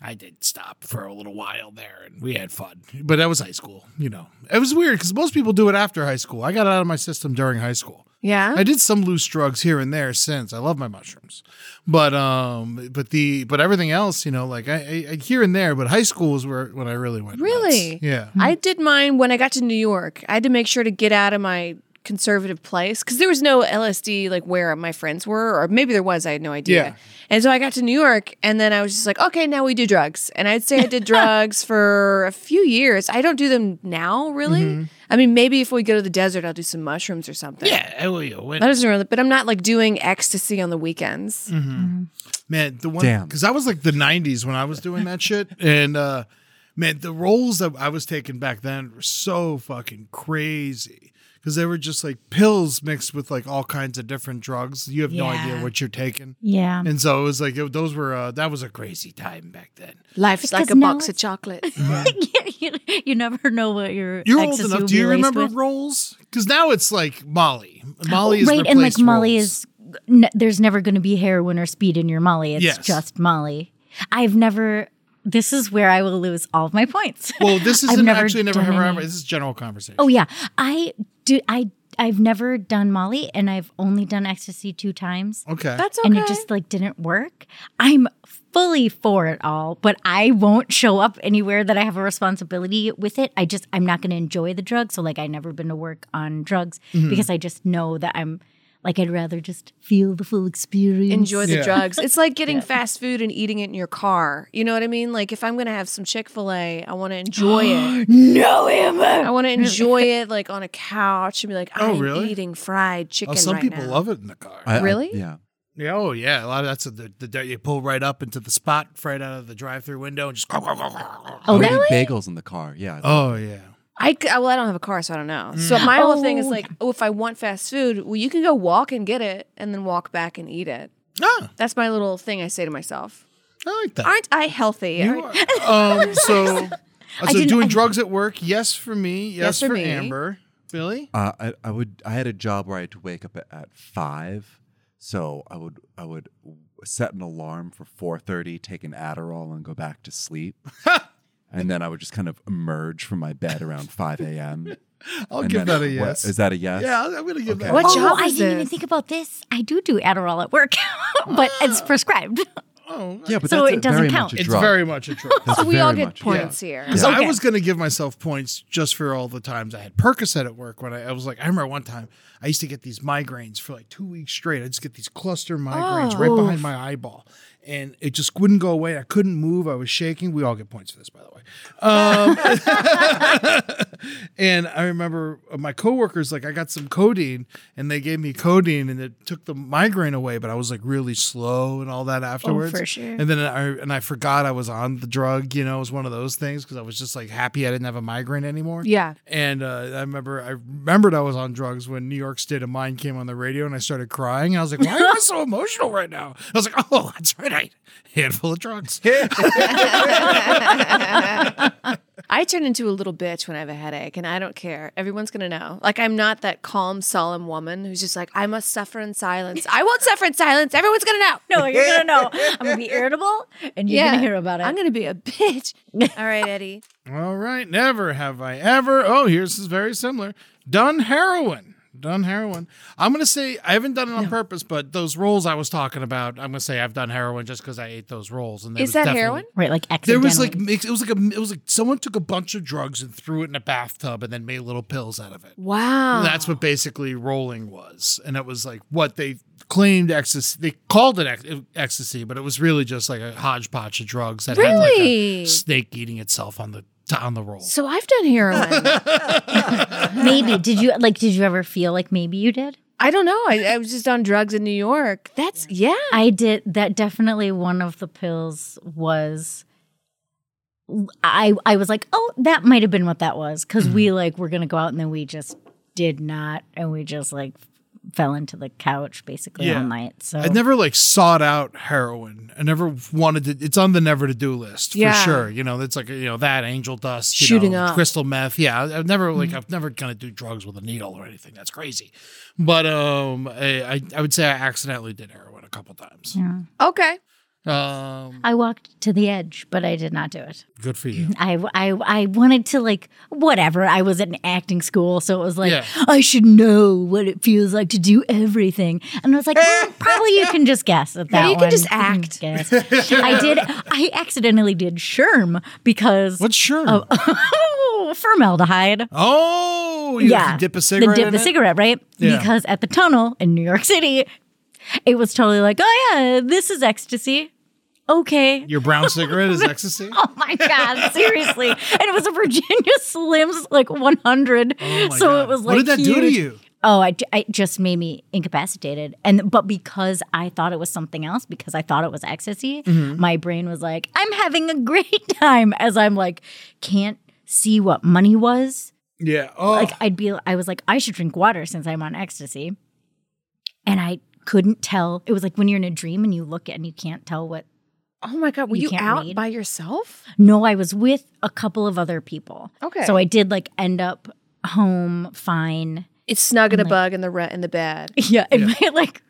Speaker 6: I did stop for a little while there and we had fun. But that was high school, you know. It was weird because most people do it after high school. I got it out of my system during high school.
Speaker 5: Yeah,
Speaker 6: I did some loose drugs here and there since. I love my mushrooms, but um, but the but everything else, you know, like I, I, I here and there. But high school was where when I really went. nuts.
Speaker 5: Really?
Speaker 6: Yeah.
Speaker 5: I did mine when I got to New York. I had to make sure to get out of my conservative place because there was no LSD like where my friends were, or maybe there was. I had no idea.
Speaker 10: Yeah.
Speaker 5: And so I got to New York, and then I was just like, okay, now we do drugs. And I'd say
Speaker 6: <laughs>
Speaker 5: I did drugs for a few years. I don't do them now, really.
Speaker 6: Mm-hmm.
Speaker 10: Mhm.
Speaker 5: I mean, maybe if we go to the desert, I'll do some mushrooms or something.
Speaker 6: Yeah, oh, yeah, when-
Speaker 5: that doesn't really. But I'm not like doing ecstasy on the weekends.
Speaker 6: Mhm. Man, the one
Speaker 8: Damn.
Speaker 6: because I was like the '90s when I was doing that shit, and uh, man, the roles that I was taking back then were so fucking crazy because they were just like pills mixed with like all kinds of different drugs. You have no idea
Speaker 7: Yeah.
Speaker 6: what you're taking.
Speaker 7: Yeah.
Speaker 6: and so it was like it, those were uh, that was a crazy time back then.
Speaker 5: Life's like
Speaker 7: Because
Speaker 5: a
Speaker 7: now
Speaker 5: box
Speaker 6: <laughs>
Speaker 5: of chocolates.
Speaker 7: <laughs> you, you never know what your
Speaker 6: You're old
Speaker 7: exes
Speaker 6: enough.
Speaker 7: will
Speaker 6: Do you
Speaker 7: be laced
Speaker 6: remember
Speaker 7: with.
Speaker 6: roles? Because now it's like Molly. Molly is
Speaker 7: right, and like
Speaker 6: replaced
Speaker 7: Molly
Speaker 6: roles.
Speaker 7: is n- there's never going to be heroin or speed in your Molly. It's
Speaker 6: Yes.
Speaker 7: just Molly. I've never. This is where I will lose all of my points.
Speaker 6: Well, this
Speaker 7: <laughs> I've
Speaker 6: isn't actually never
Speaker 7: done
Speaker 6: ever.
Speaker 7: any-
Speaker 6: This is general conversation.
Speaker 7: Oh yeah, I do. I I've never done Molly, and I've only done ecstasy two times.
Speaker 6: Okay.
Speaker 10: That's
Speaker 7: And it
Speaker 10: okay.
Speaker 7: just like didn't work. I'm fully for it all, but I won't show up anywhere that I have a responsibility with it. I just I'm not going to enjoy the drug. So like I've never been to work on drugs
Speaker 5: Mhm.
Speaker 7: because I just know that I'm like I'd rather just feel the full experience.
Speaker 5: Enjoy the <laughs> drugs. It's like getting fast food and eating it in your car. You know what I mean? Like if I'm going to have some Chick fil A, I want to enjoy
Speaker 6: <gasps>
Speaker 5: it.
Speaker 7: No, Emma!
Speaker 5: I want to enjoy it like on a couch and be like,
Speaker 6: Oh,
Speaker 5: I'm
Speaker 6: really?
Speaker 5: eating fried chicken.
Speaker 6: Oh, some
Speaker 5: right
Speaker 6: people
Speaker 5: now.
Speaker 6: love it in the car.
Speaker 5: I- I- Really?
Speaker 8: yeah.
Speaker 6: Yeah. Oh, yeah. A lot of that's the, the, the you pull right up into the spot, right out of the drive-through window, and just.
Speaker 8: I
Speaker 6: Oh,
Speaker 8: would eat bagels in the car. Yeah.
Speaker 6: Oh yeah.
Speaker 5: I c- well, I don't have a car, so I don't know.
Speaker 6: Mm.
Speaker 5: So my whole thing is
Speaker 7: Oh.
Speaker 5: like, oh, if I want fast food, well, you can go walk and get it, and then walk back and eat it.
Speaker 6: Ah.
Speaker 5: That's my little thing I say to myself.
Speaker 6: I like that.
Speaker 5: Aren't I healthy?
Speaker 6: Um. So.
Speaker 5: <laughs> I
Speaker 6: so
Speaker 5: didn't-
Speaker 6: doing
Speaker 5: I-
Speaker 6: drugs at work? Yes for me. Yes,
Speaker 5: Yes for
Speaker 6: for,
Speaker 5: me.
Speaker 6: Amber. Billy.
Speaker 8: Uh, I, I would. I had a job where I had to wake up at, at five, so I would. I would set an alarm for four thirty, take an Adderall, and go back to <laughs> sleep. and then I would just kind of emerge from my bed around five <laughs> a.m.
Speaker 6: I'll
Speaker 8: And
Speaker 6: give
Speaker 8: then-
Speaker 6: that a
Speaker 8: what-
Speaker 6: yes.
Speaker 8: Is that a yes?
Speaker 6: Yeah, I'm gonna give that.
Speaker 7: What
Speaker 6: a yes.
Speaker 7: job Oh, I didn't even think about this. I do do Adderall at work, <laughs> but it's prescribed. <laughs>
Speaker 6: Oh,
Speaker 8: Yeah, but
Speaker 7: so
Speaker 8: that's
Speaker 7: it
Speaker 8: a-
Speaker 7: doesn't
Speaker 8: very
Speaker 7: count.
Speaker 8: Much a
Speaker 6: It's
Speaker 8: drug.
Speaker 6: very much a drug.
Speaker 8: That's
Speaker 5: So Oh, we all
Speaker 8: very
Speaker 5: get
Speaker 8: much a
Speaker 5: points
Speaker 8: drug.
Speaker 5: here.
Speaker 6: Because
Speaker 8: Yeah.
Speaker 6: I was going to give myself points just for all the times I had Percocet at work. When I, I was like, I remember one time I used to get these migraines for like two weeks straight. I just get these cluster migraines right
Speaker 5: Oh.
Speaker 6: behind my eyeball, and it just wouldn't go away. I couldn't move. I was shaking. We all get points for this, by the way. Um, <laughs> and I remember my coworkers like I got some codeine, and they gave me codeine, and it took the migraine away. But I was like really slow and all that afterwards.
Speaker 5: Oh, for sure.
Speaker 6: <laughs> And then I and I forgot I was on the drug. You know, it was one of those things because I was just like happy I didn't have a migraine anymore.
Speaker 5: Yeah.
Speaker 6: And uh, I remember I remembered I was on drugs when New York State of Mind came on the radio, and I started crying. I was like, Why am I
Speaker 5: <laughs>
Speaker 6: so emotional right now? I was like, Oh, that's right, I handful of drugs.
Speaker 5: I turn into a little bitch when I have a headache, and I don't care. Everyone's gonna know. Like I'm not that calm, solemn woman who's just like, I must suffer in silence. I won't suffer in silence. Everyone's gonna know.
Speaker 7: No, <laughs> you're gonna know. I'm gonna be irritable, and you're
Speaker 5: Yeah.
Speaker 7: gonna hear about it.
Speaker 5: I'm gonna be a
Speaker 7: <laughs>
Speaker 5: bitch. All right, Eddie.
Speaker 6: <laughs> All right, never have I ever. Oh, here's is very similar. Done heroin. Done heroin. I'm gonna say I haven't done it on purpose, but those rolls I was talking about, I'm gonna say I've done heroin just because I ate those rolls. And they
Speaker 5: Is
Speaker 6: was
Speaker 5: that
Speaker 6: definitely-
Speaker 5: heroin?
Speaker 7: Right, like
Speaker 6: There
Speaker 7: accidentally.
Speaker 6: was like mix. It was like a. It was like someone took a bunch of drugs and threw it in a bathtub and then made little pills out of it.
Speaker 5: Wow.
Speaker 6: That's what basically rolling was, and it was like what they claimed ecstasy. They called it ec- ecstasy, but it was really just like a hodgepodge of drugs that had like a
Speaker 5: Really?
Speaker 6: snake eating itself on the on the roll.
Speaker 5: So I've done heroin.
Speaker 7: <laughs> maybe did you like? Did you ever feel like maybe you did?
Speaker 5: I don't know. I, I was just on drugs in New York. That's yeah.
Speaker 7: I did. That definitely one of the pills was. I I was like, oh, that might have been what that was because we
Speaker 6: Mm.
Speaker 7: like were gonna go out and then we just did not, and we just like fell into the couch basically
Speaker 6: Yeah.
Speaker 7: all night. So
Speaker 6: I never like sought out heroin. I never wanted to. It's on the never to do list for
Speaker 5: Yeah.
Speaker 6: sure. You know, it's like you know that angel dust, you
Speaker 5: Shooting
Speaker 6: know,
Speaker 5: up.
Speaker 6: crystal meth. Yeah, I- I've never
Speaker 7: Mm-hmm.
Speaker 6: like I've never gonna do drugs with a needle or anything. That's crazy. But um, I I, I would say I accidentally did heroin a couple times.
Speaker 7: Yeah.
Speaker 5: Okay.
Speaker 6: Um,
Speaker 7: I walked to the edge, but I did not do it.
Speaker 6: good for
Speaker 7: <laughs>
Speaker 6: you.
Speaker 7: I, I, I wanted to like whatever. I was in acting school, so it was like
Speaker 6: Yeah.
Speaker 7: I should know what it feels like to do everything. And I was
Speaker 6: <laughs>
Speaker 7: like, "Mm, probably you can just guess at that.
Speaker 5: you can
Speaker 7: one.
Speaker 5: just
Speaker 7: can
Speaker 5: act.
Speaker 7: guess." I did. I accidentally did Sherm because
Speaker 6: What's sure?
Speaker 7: of- <laughs> oh, formaldehyde.
Speaker 6: Oh, you dip a cigarette
Speaker 7: The dip
Speaker 6: in
Speaker 7: the
Speaker 6: it?
Speaker 7: cigarette, right?
Speaker 6: Yeah.
Speaker 7: Because at the tunnel in New York City, it was totally like, oh yeah, this is ecstasy. Okay.
Speaker 6: Your
Speaker 7: <laughs>
Speaker 6: brown cigarette is ecstasy?
Speaker 7: Oh my god, seriously. And it was a Virginia <laughs> Slims like 100.
Speaker 6: my
Speaker 7: so
Speaker 6: God.
Speaker 7: it was like
Speaker 6: What did that do to
Speaker 7: huge.
Speaker 6: you?
Speaker 7: Oh, I, ju- it just made me incapacitated. And but because I thought it was something else because I thought it was ecstasy,
Speaker 6: Mm-hmm.
Speaker 10: Mhm.
Speaker 7: my brain was like, "I'm having a great <laughs> time." As I'm like, can't see what money was.
Speaker 6: Yeah. Oh.
Speaker 7: Like I'd be I was like, "I should drink water since I'm on ecstasy." And I couldn't tell. It was like when you're in a dream and you look and you can't tell what
Speaker 5: Oh my God, were
Speaker 7: You
Speaker 5: you,
Speaker 7: can't
Speaker 5: out
Speaker 7: read?
Speaker 5: by yourself?
Speaker 7: no, I was with a couple of other people.
Speaker 5: Okay.
Speaker 7: So I did like end up home fine. <laughs>
Speaker 5: It's snug and a
Speaker 7: Like-
Speaker 5: bug in the re- in the bed.
Speaker 7: Yeah, in my like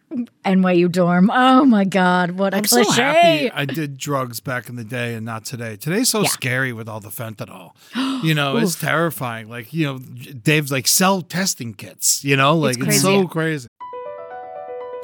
Speaker 7: NYU dorm. Oh my god, what a
Speaker 6: I'm
Speaker 7: cliche.
Speaker 6: so
Speaker 7: <laughs>
Speaker 6: happy I did drugs back in the day and not today. Today's so
Speaker 7: Yeah.
Speaker 6: scary with all the fentanyl. You know, it's
Speaker 7: Oof.
Speaker 6: terrifying. Like, you know, they've like sell testing kits, you know, like it's,
Speaker 11: crazy.
Speaker 6: so crazy.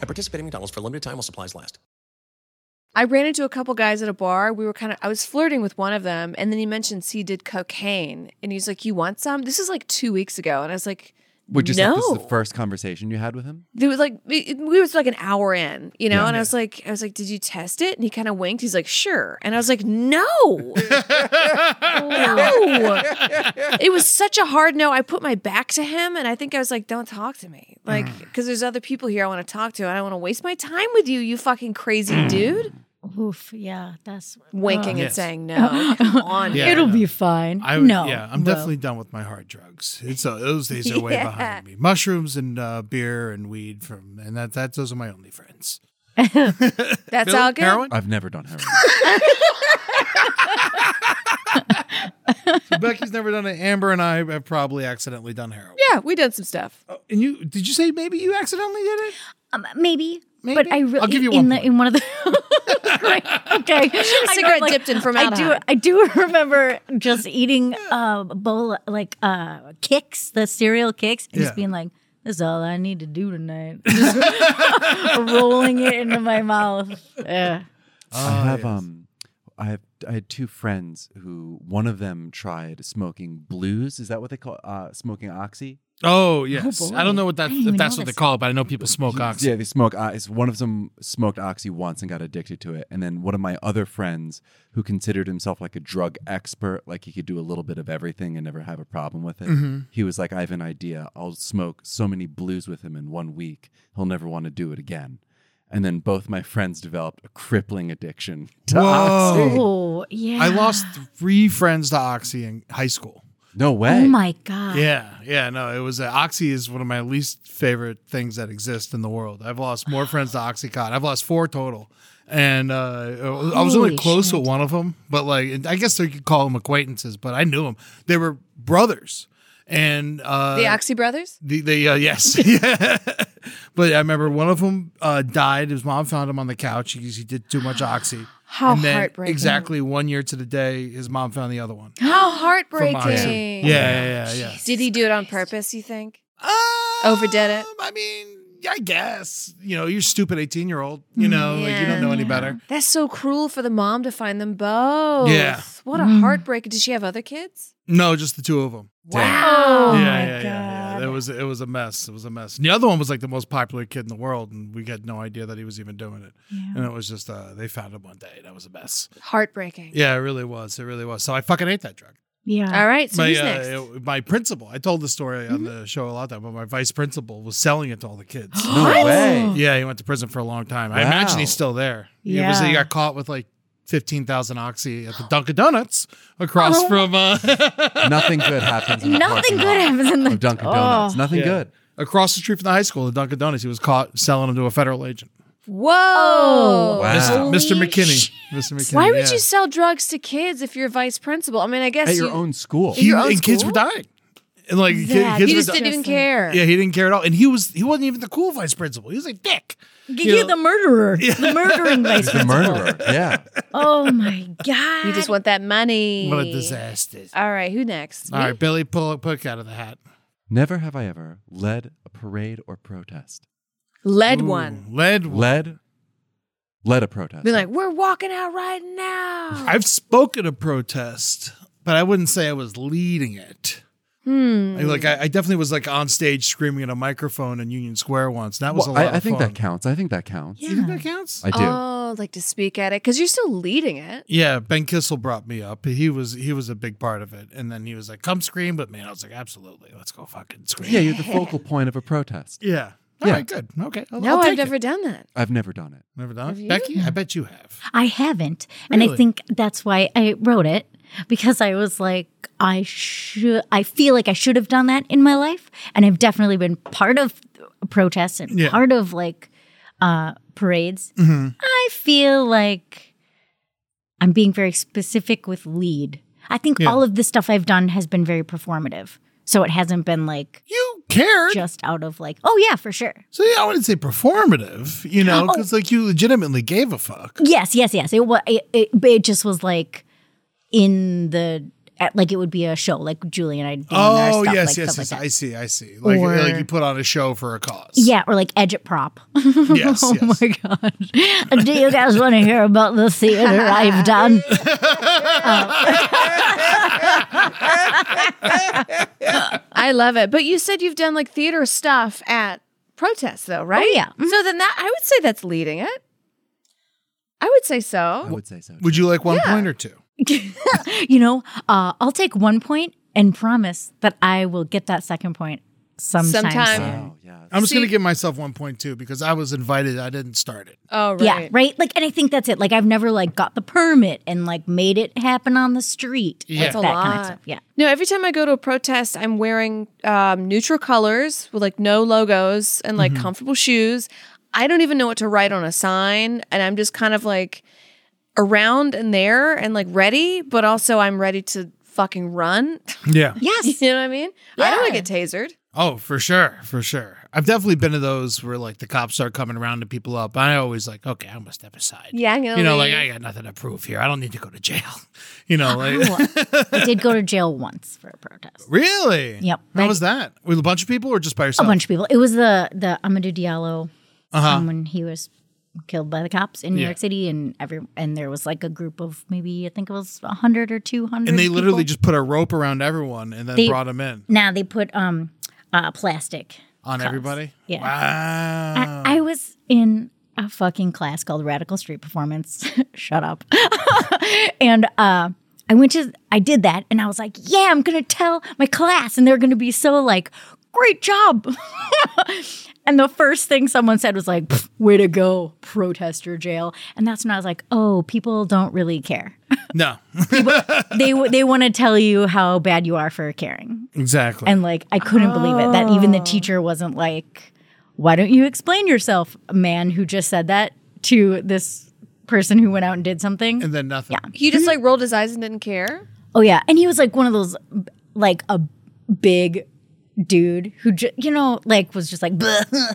Speaker 9: At participating McDonald's for a limited time while supplies last.
Speaker 5: I ran into a couple guys at a bar. We were kind of, I was flirting with one of them, and then he mentions he did cocaine, and he's like, "You want some?" This is like two weeks ago, and I was like,
Speaker 8: Would you say
Speaker 5: no?"
Speaker 8: this is the first conversation you had with him?
Speaker 5: There was like we we was like an hour in, you know,
Speaker 8: Yeah.
Speaker 5: and I was like, I was like, "Did you test it?" And he kind of winked. He's like, "Sure," and I was like,
Speaker 8: <laughs>
Speaker 5: "No." no. It was such a hard no. I put my back to him and I think I was like, don't talk to me. Like,
Speaker 8: Mm.
Speaker 5: because there's other people here I want to talk to. I don't want to waste my time with you, you fucking crazy dude.
Speaker 7: Oof, yeah, that's
Speaker 5: Winking and
Speaker 6: Yes.
Speaker 5: saying no. Come on.
Speaker 6: Yeah,
Speaker 7: It'll
Speaker 6: yeah.
Speaker 7: be fine.
Speaker 6: I
Speaker 7: no.
Speaker 6: yeah, I'm
Speaker 7: well,
Speaker 6: definitely done with my hard drugs. It's uh, those days are way
Speaker 7: Yeah.
Speaker 6: behind me. Mushrooms and uh, beer and weed from and that that those are my only friends.
Speaker 5: That's
Speaker 6: Bill,
Speaker 5: all good.
Speaker 6: heroin?
Speaker 8: I've never done <laughs> heroin.
Speaker 6: So Becky's never done it. Amber and I have probably accidentally done heroin.
Speaker 5: Yeah, we did some stuff.
Speaker 6: And you did you say maybe you accidentally did it?
Speaker 7: Um, maybe, But I really
Speaker 6: I'll give you
Speaker 7: in
Speaker 6: one
Speaker 7: the, in one of the
Speaker 5: <laughs>
Speaker 7: <laughs> Great. Okay. I know,
Speaker 5: cigarette dipped in formaldehyde.
Speaker 7: I do <laughs> I do remember just eating a bowl of, like uh kicks, the cereal kicks, and
Speaker 10: Yeah.
Speaker 7: just being like, This is all I need to do tonight. <laughs> Just rolling it into my mouth. Yeah.
Speaker 6: Uh,
Speaker 8: I have um, I have I had two friends who one of them tried smoking blues. Is that what they call uh, smoking oxy?
Speaker 6: Oh yes, I don't know what that
Speaker 8: I didn't even
Speaker 6: if that's
Speaker 8: know
Speaker 6: what they
Speaker 8: this.
Speaker 6: call it, but I know people smoke ox.
Speaker 8: Yeah, they smoke. Uh, it's- one of them smoked oxy once and got addicted to it, and then one of my other friends who considered himself like a drug expert, like he could do a little bit of everything and never have a problem with it.
Speaker 6: Mhm.
Speaker 8: He was like, "I have an idea. I'll smoke so many blues with him in one week. He'll never want to do it again." And then both my friends developed a crippling addiction to oxy.
Speaker 7: Oh, yeah.
Speaker 6: I lost three friends to Oxy in high school.
Speaker 8: No way.
Speaker 7: Oh my god.
Speaker 6: Yeah, yeah, no, it was uh, Oxy is one of my least favorite things that exist in the world. I've lost more friends to OxyContin. I've lost four total, and uh, I was only
Speaker 7: Holy
Speaker 6: close with one of them, but like and I guess they could call them acquaintances, but I knew them. They were brothers, and uh,
Speaker 5: the Oxy Brothers?
Speaker 6: The, the uh, yes, <laughs> yeah. but I remember one of them uh, died. His mom found him on the couch because he did too much oxy.
Speaker 5: How
Speaker 6: and then
Speaker 5: heartbreaking.
Speaker 6: Exactly one year to the day, his mom found the other one.
Speaker 5: How
Speaker 6: from
Speaker 5: heartbreaking.
Speaker 6: Oxy. Yeah, yeah, yeah. yeah.
Speaker 5: Did he do it on purpose, you think? Overdid it?
Speaker 6: Um, I mean, I guess you know you're stupid eighteen year old.
Speaker 5: Mm,
Speaker 6: You know, like you don't know any better.
Speaker 5: That's so cruel for the mom to find them both.
Speaker 6: Yeah.
Speaker 5: What a
Speaker 6: Mm.
Speaker 5: heartbreak. Did she have other kids?
Speaker 6: No, just the two of them.
Speaker 5: Wow.
Speaker 6: Yeah,
Speaker 5: Oh
Speaker 6: yeah,
Speaker 5: my
Speaker 6: yeah, yeah. It was it was a mess. It was a mess. And the other one was like the most popular kid in the world, and we had no idea that he was even doing it. And it was just uh, they found him one day. That was a mess.
Speaker 5: Heartbreaking.
Speaker 6: Yeah, it really was. It really was. So I fucking ate that drug.
Speaker 7: Yeah.
Speaker 5: All right. So
Speaker 6: my,
Speaker 5: who's
Speaker 6: uh,
Speaker 5: next? Mm-hmm.
Speaker 6: uh, my principal. I told the story on the show a lot that, but my vice principal was selling it to all the
Speaker 5: <gasps>
Speaker 6: kids.
Speaker 8: No What? way.
Speaker 6: Yeah, he went to prison for a long time. I imagine
Speaker 8: Wow.
Speaker 6: he's still there. He was-
Speaker 8: Yeah.
Speaker 6: he got caught with like fifteen thousand oxy at the Dunkin' Donuts across
Speaker 7: Oh.
Speaker 6: from. Uh,
Speaker 8: <laughs>
Speaker 6: <laughs>
Speaker 8: Nothing good happens. In the
Speaker 7: Nothing
Speaker 8: parking
Speaker 7: good
Speaker 8: lot
Speaker 7: happens in the
Speaker 8: of Dunkin' Donuts.
Speaker 7: Oh.
Speaker 8: Nothing
Speaker 7: Yeah.
Speaker 8: good.
Speaker 6: Across the street from the high school, the Dunkin' Donuts, he was caught selling them to a federal agent.
Speaker 5: Whoa.
Speaker 6: Mr. Mr.
Speaker 5: Holy
Speaker 6: McKinney. Mr. McKinney.
Speaker 5: Why would
Speaker 6: yeah.
Speaker 5: you sell drugs to kids if you're vice principal? I mean, I guess
Speaker 6: At your
Speaker 5: you-
Speaker 6: own school.
Speaker 5: At your
Speaker 6: He-
Speaker 5: own
Speaker 6: and kids
Speaker 5: school?
Speaker 6: were dying. And like kid-
Speaker 5: That
Speaker 6: kids
Speaker 5: he
Speaker 6: were
Speaker 5: just
Speaker 6: di-
Speaker 5: didn't care.
Speaker 6: Yeah, he didn't care at all. And he was he wasn't even the cool vice principal. He was a dick.
Speaker 7: G- you're the murderer. The
Speaker 6: <laughs>
Speaker 7: murdering vice
Speaker 8: The murderer. <laughs> Yeah.
Speaker 7: Oh my god.
Speaker 5: You just want that money.
Speaker 6: What a disaster.
Speaker 5: All right, who next?
Speaker 6: All right, Billy, pull a book out of the hat.
Speaker 8: Never have I ever led a parade or protest.
Speaker 5: Led one.
Speaker 6: Led.
Speaker 8: Led. Led a protest.
Speaker 5: Be like, we're walking out right now.
Speaker 6: I've spoken a protest, but I wouldn't say I was leading it.
Speaker 5: Hmm.
Speaker 6: I- Like I, I definitely was like on stage screaming at a microphone in Union Square once. That was a
Speaker 8: Well,
Speaker 6: lot.
Speaker 8: I,
Speaker 6: of
Speaker 8: I think
Speaker 6: fun.
Speaker 8: that counts. I think that counts.
Speaker 6: You think that counts?
Speaker 8: I do.
Speaker 5: Oh, like to speak at it because you're still leading it.
Speaker 6: Yeah, Ben Kissel brought me up. He was he was a big part of it, and then he was like, "Come scream!" But man, I was like, "Absolutely, let's go fucking scream!"
Speaker 8: Yeah, you're the focal point of a protest.
Speaker 6: Yeah. All
Speaker 8: Yeah.
Speaker 6: right, good. Okay. I'll,
Speaker 5: No,
Speaker 6: I'll
Speaker 5: Oh, I've
Speaker 6: take
Speaker 5: never
Speaker 6: it.
Speaker 5: done that.
Speaker 8: I've never done it.
Speaker 6: Never done
Speaker 5: Have you?
Speaker 6: it? Becky, I bet you
Speaker 5: <gasps>
Speaker 6: have.
Speaker 7: I haven't. And I
Speaker 6: Really?
Speaker 7: think that's why I wrote it because I was like, I should, I feel like I should have done that in my life. And I've definitely been part of protests and
Speaker 10: Yeah.
Speaker 7: part of like uh, parades.
Speaker 10: Mhm.
Speaker 7: I feel like I'm being very specific with lead. I think
Speaker 10: Yeah.
Speaker 7: all of the stuff I've done has been very performative. So it hasn't been like,
Speaker 6: you cared.
Speaker 7: Just out of like, oh yeah, for sure.
Speaker 6: So yeah, I wouldn't say performative, you know,
Speaker 7: Oh.
Speaker 6: because like you legitimately gave a fuck.
Speaker 7: Yes, yes, yes. It was. It, it, but it just was like in the at, like it would be a show, like Julie and I. Doing our
Speaker 6: Oh
Speaker 7: stuff,
Speaker 6: yes,
Speaker 7: like,
Speaker 6: yes,
Speaker 7: stuff
Speaker 6: yes.
Speaker 7: Like that.
Speaker 6: I see, I see. Like
Speaker 7: Or-
Speaker 6: like you put on a show for a cause.
Speaker 7: <laughs> Yeah, or like edge at prop. <laughs>
Speaker 6: Yes,
Speaker 7: oh my gosh. Do you guys want to hear about the theater
Speaker 6: <laughs>
Speaker 7: I've done?
Speaker 5: I love it. But you said you've done like theater stuff at protests, though, right?
Speaker 7: yeah.
Speaker 5: So then that I would say that's leading it. I would say so. I
Speaker 8: would say so.
Speaker 6: Would you like one point or two?
Speaker 7: you know, uh, I'll take one point and promise that I will get that second point sometime.
Speaker 5: Sometime.
Speaker 7: soon.
Speaker 6: I'm just gonna give myself one point two because I was invited. I didn't start it.
Speaker 5: Oh, right.
Speaker 7: Yeah, right. Like, and I think that's it. Like, I've never like got the permit and like made it happen on the street.
Speaker 5: Yeah.
Speaker 7: Like,
Speaker 5: That's a
Speaker 7: that kind
Speaker 5: lot.
Speaker 7: of stuff. Yeah.
Speaker 5: No, every time I go to a protest, I'm wearing um, neutral colors with like no logos and like
Speaker 7: Mhm.
Speaker 5: comfortable shoes. I don't even know what to write on a sign. And I'm just kind of like around and there and like ready, but also I'm ready to fucking run. <laughs>
Speaker 6: Yeah.
Speaker 5: Yes. you know what I mean? I don't want to get tasered.
Speaker 6: Oh, for sure, for sure. I've definitely been to those where like the cops start coming around to people up. I always like, okay, I'm gonna step aside.
Speaker 5: Yeah, I'm gonna
Speaker 6: You know,
Speaker 5: leave.
Speaker 6: like I got nothing to prove here. I don't need to go to jail. <laughs> You know, like
Speaker 7: Oh, <laughs> I did go to jail once for a protest.
Speaker 6: <laughs> really.
Speaker 7: Yep.
Speaker 6: How was that? With a bunch of people or just by yourself?
Speaker 7: A bunch of people. It was the the Amadou Diallo
Speaker 6: Uh-huh.
Speaker 7: um, when he was killed by the cops in New
Speaker 6: Yeah.
Speaker 7: York City, and every and there was like a group of maybe I think it was hundred or two hundred.
Speaker 6: And they literally just put a rope around everyone and then brought them in
Speaker 7: Now they put um uh plastic
Speaker 6: on
Speaker 7: cuffs.
Speaker 6: everybody.
Speaker 7: Yeah.
Speaker 6: Wow.
Speaker 7: I, I was in a fucking class called Radical Street Performance. <laughs> Shut up. and uh, I went to, I did that and I was like, yeah, I'm going to tell my class. And they're going to be so like, great job. <laughs> and the first thing someone said was like, "Pff, way to go, protester jail. And that's when I was like, oh, people don't really care.
Speaker 6: no.
Speaker 7: they w- they want to tell you how bad you are for caring.
Speaker 6: <laughs> Exactly.
Speaker 7: And like, I couldn't believe it that even the teacher wasn't like, why don't you explain yourself, man who just said that to this person who went out and did something? And
Speaker 6: then nothing.
Speaker 7: Yeah.
Speaker 5: He just like rolled his eyes and didn't care.
Speaker 7: Oh, yeah. And he was like one of those, like a big dude who, ju- you know, like was just like, "Bleh,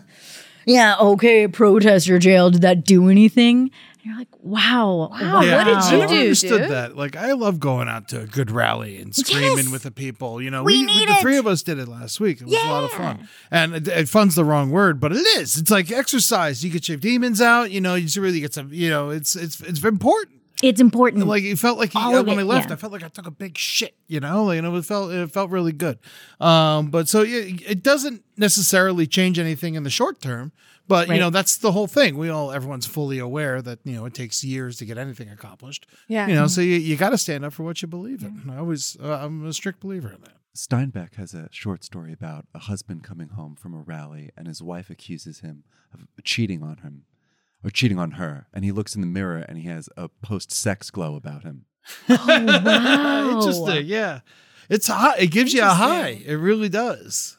Speaker 7: yeah, okay, protester jail. Did that do anything? And you're like, wow.
Speaker 6: Yeah. I
Speaker 7: wow."
Speaker 6: never understood that. Like, I love going out to a good rally and screaming with the people. You know,
Speaker 7: We
Speaker 6: we
Speaker 7: need
Speaker 6: the
Speaker 7: it.
Speaker 6: three of us did it last week. It was a lot of fun. And it, it fun's the wrong word, but it is. It's like exercise. You get your demons out. You know, you just really get some. You know, it's it's it's important.
Speaker 7: It's important.
Speaker 6: Like it felt like
Speaker 7: All
Speaker 6: uh,
Speaker 7: of
Speaker 6: when
Speaker 7: it,
Speaker 6: I left,
Speaker 7: yeah.
Speaker 6: I felt like I took a big shit. You know, like, and it felt it felt really good. Um, but so it, it doesn't necessarily change anything in the short term. But
Speaker 5: Right.
Speaker 6: you know, that's the whole thing. We all everyone's fully aware that, you know, it takes years to get anything accomplished.
Speaker 5: Yeah.
Speaker 6: You know, so you, you got to stand up for what you believe in. I always uh, I'm a strict believer in that.
Speaker 8: Steinbeck has a short story about a husband coming home from a rally and his wife accuses him of cheating on him or cheating on her. And he looks in the mirror and he has a post sex glow about him.
Speaker 6: Uh,
Speaker 7: Oh.
Speaker 6: Interesting. Yeah. It's high. It gives you a high. It really does.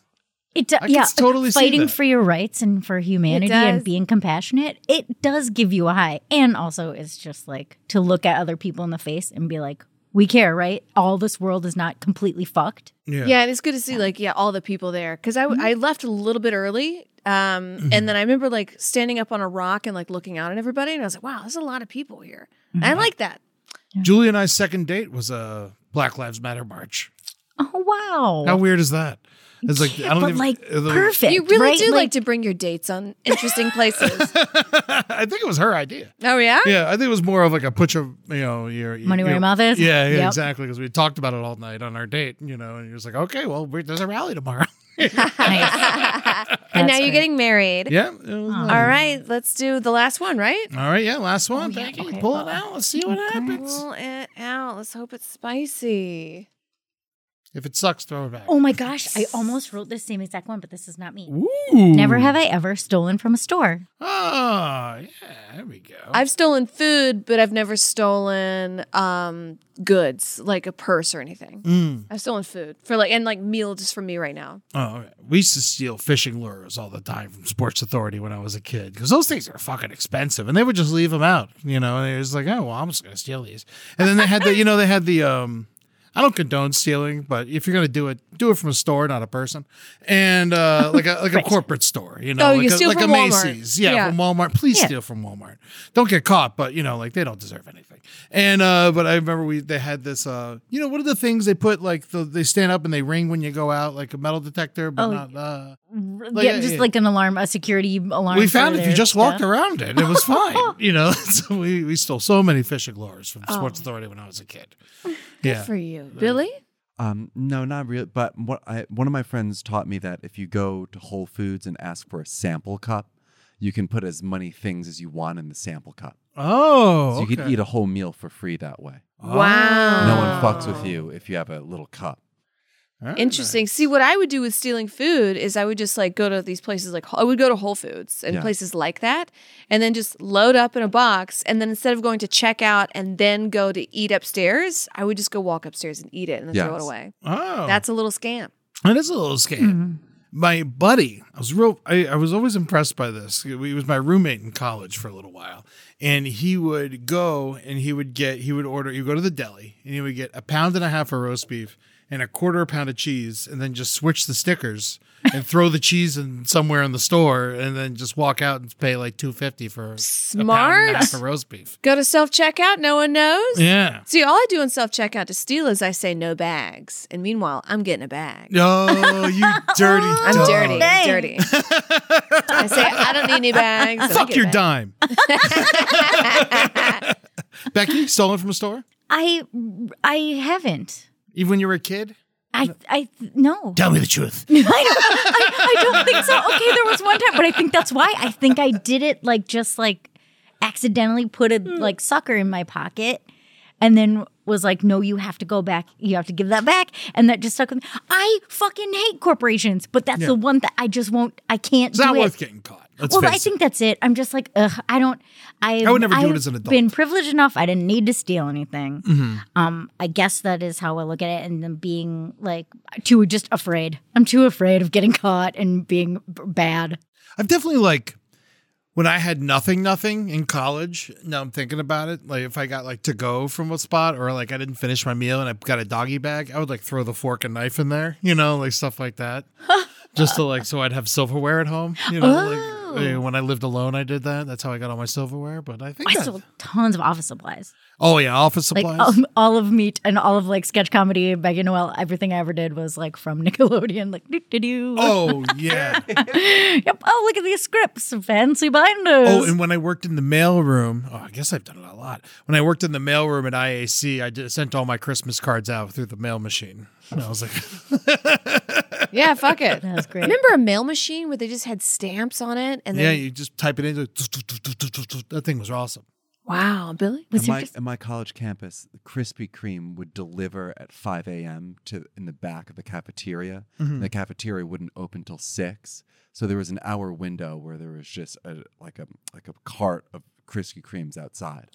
Speaker 7: It do-
Speaker 6: I can
Speaker 7: yeah,
Speaker 6: totally see
Speaker 7: fighting
Speaker 6: that.
Speaker 7: for your rights and for humanity
Speaker 5: does.
Speaker 7: and being compassionate. It does give you a high, and also it's just like to look at other people in the face and be like, "We care, right? All this world is not completely fucked."
Speaker 5: Yeah. and it's good to see like yeah, all the people there because I w- I left a little bit early, um, and then I remember like standing up on a rock and like looking out at everybody, and I was like, wow, there's a lot of people here. I like that.
Speaker 6: Julie and I's second date was a Black Lives Matter march.
Speaker 7: Oh wow!
Speaker 6: How weird is that? It's like I don't
Speaker 7: but
Speaker 6: even, <laughs>
Speaker 7: like
Speaker 6: uh, the-
Speaker 7: perfect.
Speaker 5: You really
Speaker 7: right?
Speaker 5: do like,
Speaker 7: like
Speaker 5: to bring your dates on interesting places.
Speaker 6: I think it was her idea.
Speaker 5: oh yeah,
Speaker 6: Yeah, I think it was more of like a put your you know your
Speaker 7: Money
Speaker 6: you
Speaker 7: where your
Speaker 6: know-
Speaker 7: mouth is?
Speaker 6: Yeah, yeah
Speaker 7: Yep.
Speaker 6: exactly. Because we talked about it all night on our date, you know, and he was like, okay, well, we there's a rally
Speaker 7: <laughs>
Speaker 6: tomorrow. <laughs>
Speaker 5: <laughs> and now
Speaker 7: That's
Speaker 5: you're
Speaker 7: great.
Speaker 5: getting married.
Speaker 6: yeah. it was nice.
Speaker 5: All right, let's do the last one, right?
Speaker 6: All right. Yeah. Last one.
Speaker 7: yeah,
Speaker 6: Becky,
Speaker 7: Oh, okay,
Speaker 6: pull
Speaker 7: well,
Speaker 6: it out. Let's see what happens.
Speaker 5: Pull it out. Let's hope it's spicy.
Speaker 6: If it sucks, throw it back.
Speaker 7: Oh my gosh! I almost wrote the same exact one, but this is not me.
Speaker 6: Ooh.
Speaker 7: Never have I ever stolen from a store.
Speaker 6: Oh yeah. There we go.
Speaker 5: I've stolen food, but I've never stolen um, goods like a purse or anything. I've stolen food for like and like meal just for me right now.
Speaker 6: Oh, okay. we used to steal fishing lures all the time from Sports Authority when I was a kid because those things are fucking expensive, and they would just leave them out. You know, and it was like, oh well, I'm just gonna steal these. And then they had the, you know, they had the. um I don't condone stealing, but if you're gonna do it, do it from a store, not a person, and
Speaker 5: <laughs>
Speaker 6: uh, like a like a corporate store. You know,
Speaker 5: Oh,
Speaker 6: like
Speaker 5: you
Speaker 6: a,
Speaker 5: steal
Speaker 6: like
Speaker 5: from
Speaker 6: a
Speaker 5: Walmart.
Speaker 6: Macy's, yeah,
Speaker 5: Yeah.
Speaker 6: from Walmart. Please
Speaker 7: Yeah.
Speaker 6: steal from Walmart. Don't get caught, but you know, like they don't deserve anything. And uh, but I remember we they had this. Uh, you know, what are the things they put like the, they stand up and they ring when you go out, like a metal detector, but
Speaker 7: Oh,
Speaker 6: not. Uh,
Speaker 7: yeah,
Speaker 6: yeah,
Speaker 7: just
Speaker 6: yeah.
Speaker 7: like an alarm, a security alarm.
Speaker 6: we found
Speaker 7: for
Speaker 6: if you
Speaker 7: their
Speaker 6: just walked
Speaker 7: stuff.
Speaker 6: around it, it was
Speaker 5: <laughs>
Speaker 6: fine. you know, <laughs> so we, we stole so many fishing lures from Sports Authority when I was a
Speaker 5: <laughs>
Speaker 6: kid. Yeah.
Speaker 5: Oh. For you, Billy.
Speaker 8: Um, no, not really. But what I, one of my friends taught me that if you go to Whole Foods and ask for a sample cup, you can put as many things as you want in the sample cup.
Speaker 6: Oh,
Speaker 8: So you could eat a whole meal for free that way.
Speaker 5: Wow.
Speaker 8: No one fucks with you if you have a little cup. Oh,
Speaker 5: Interesting. See, what I would do with stealing food is I would just like go to these places like I would go to Whole Foods and
Speaker 8: Yeah.
Speaker 5: places like that and then just load up in a box and then instead of going to check out and then go to eat upstairs, I would just go walk upstairs and eat it and then throw it
Speaker 8: Yes.
Speaker 5: away.
Speaker 6: Oh,
Speaker 5: That's a little scam.
Speaker 6: that is a little scam.
Speaker 5: Mm-hmm.
Speaker 6: My buddy, I was real. I, I was always impressed by this. He was my roommate in college for a little while, and he would go and he would get he would order. You go to the deli and he would get a pound and a half of roast beef and a quarter pound of cheese, and then just switch the
Speaker 5: <laughs>
Speaker 6: stickers and throw the cheese in somewhere in the store, and then just walk out and pay like two fifty for a pound and
Speaker 5: Smart.
Speaker 6: a half of roast beef.
Speaker 5: Go to self checkout, no one knows. <laughs>
Speaker 6: Yeah.
Speaker 5: See, all I do in self checkout to steal is I say no bags. And meanwhile, I'm getting a bag.
Speaker 6: Oh, you dirty.
Speaker 5: I'm
Speaker 6: dog.
Speaker 5: dirty.
Speaker 6: <laughs>
Speaker 5: I'm dirty. I say, I don't need any bags.
Speaker 7: <laughs>
Speaker 5: and I
Speaker 6: Fuck
Speaker 5: get
Speaker 6: your
Speaker 5: a bag.
Speaker 6: dime. Becky, stolen from a store?
Speaker 7: I I haven't.
Speaker 6: Even when you were a kid?
Speaker 7: I I no. <laughs>
Speaker 6: Tell me the truth.
Speaker 7: I don't, I, I don't think so. Okay, there was one time, but I think that's why. I think I did it like just like accidentally put a
Speaker 6: Mm.
Speaker 7: like sucker in my pocket and then was like, no, you have to go back. You have to give that back. And that just stuck with me. I fucking hate corporations, but that's the one that I just won't, I can't
Speaker 6: It's
Speaker 7: do
Speaker 6: not
Speaker 7: it.
Speaker 6: worth getting caught. Let's
Speaker 7: well, I
Speaker 6: face
Speaker 7: think that's it. I'm just like, ugh, I don't. I,
Speaker 6: I would never do it
Speaker 7: I've
Speaker 6: as an adult. Mm-hmm.
Speaker 7: Been privileged enough. I didn't need to steal anything. Um, I guess that is how I look at it, and then being like too just afraid. I'm too afraid of getting caught and being b- bad.
Speaker 6: it. I've definitely like when I had nothing, nothing in college. Now I'm thinking about it. Like if I got like to go from a spot, or like I didn't finish my meal and I got a doggy bag, I would like throw the fork and knife in there. You know, like stuff like
Speaker 7: <laughs>
Speaker 6: that. Just to like so I'd have silverware at home. You know,
Speaker 7: Oh.
Speaker 6: like eh, when I lived alone, I did that. That's how I got all my silverware. But I think
Speaker 7: I
Speaker 6: that-
Speaker 7: stole tons of office supplies,
Speaker 6: oh yeah, office
Speaker 7: like
Speaker 6: supplies.
Speaker 7: um, all of meat and all of like sketch comedy, Megan Noel. Everything I ever did was like from <laughs> Nickelodeon. Like do do do.
Speaker 6: oh
Speaker 7: <laughs>
Speaker 6: yeah.
Speaker 7: yep. Oh, look at these scripts, fancy binders.
Speaker 6: Oh, and when I worked in the mailroom, oh, I guess I've done it a lot. When I worked in the mailroom at <laughs> IAC, I did, sent all my Christmas cards out through the mail machine. And I was like,
Speaker 5: Yeah, fuck it.
Speaker 7: That was
Speaker 6: <laughs>
Speaker 7: great.
Speaker 5: Remember a mail machine where they just had stamps on it, and
Speaker 6: yeah,
Speaker 5: then
Speaker 6: you just type it in. like, That thing was awesome.
Speaker 5: wow, Billy,
Speaker 8: at, my, at my college campus, the Krispy Kreme would deliver at 5 a.m. to in the back of the cafeteria.
Speaker 6: Mhm.
Speaker 8: The cafeteria wouldn't open till six, so there was an hour window where there was just a, like a like a cart of Krispy Kremes outside.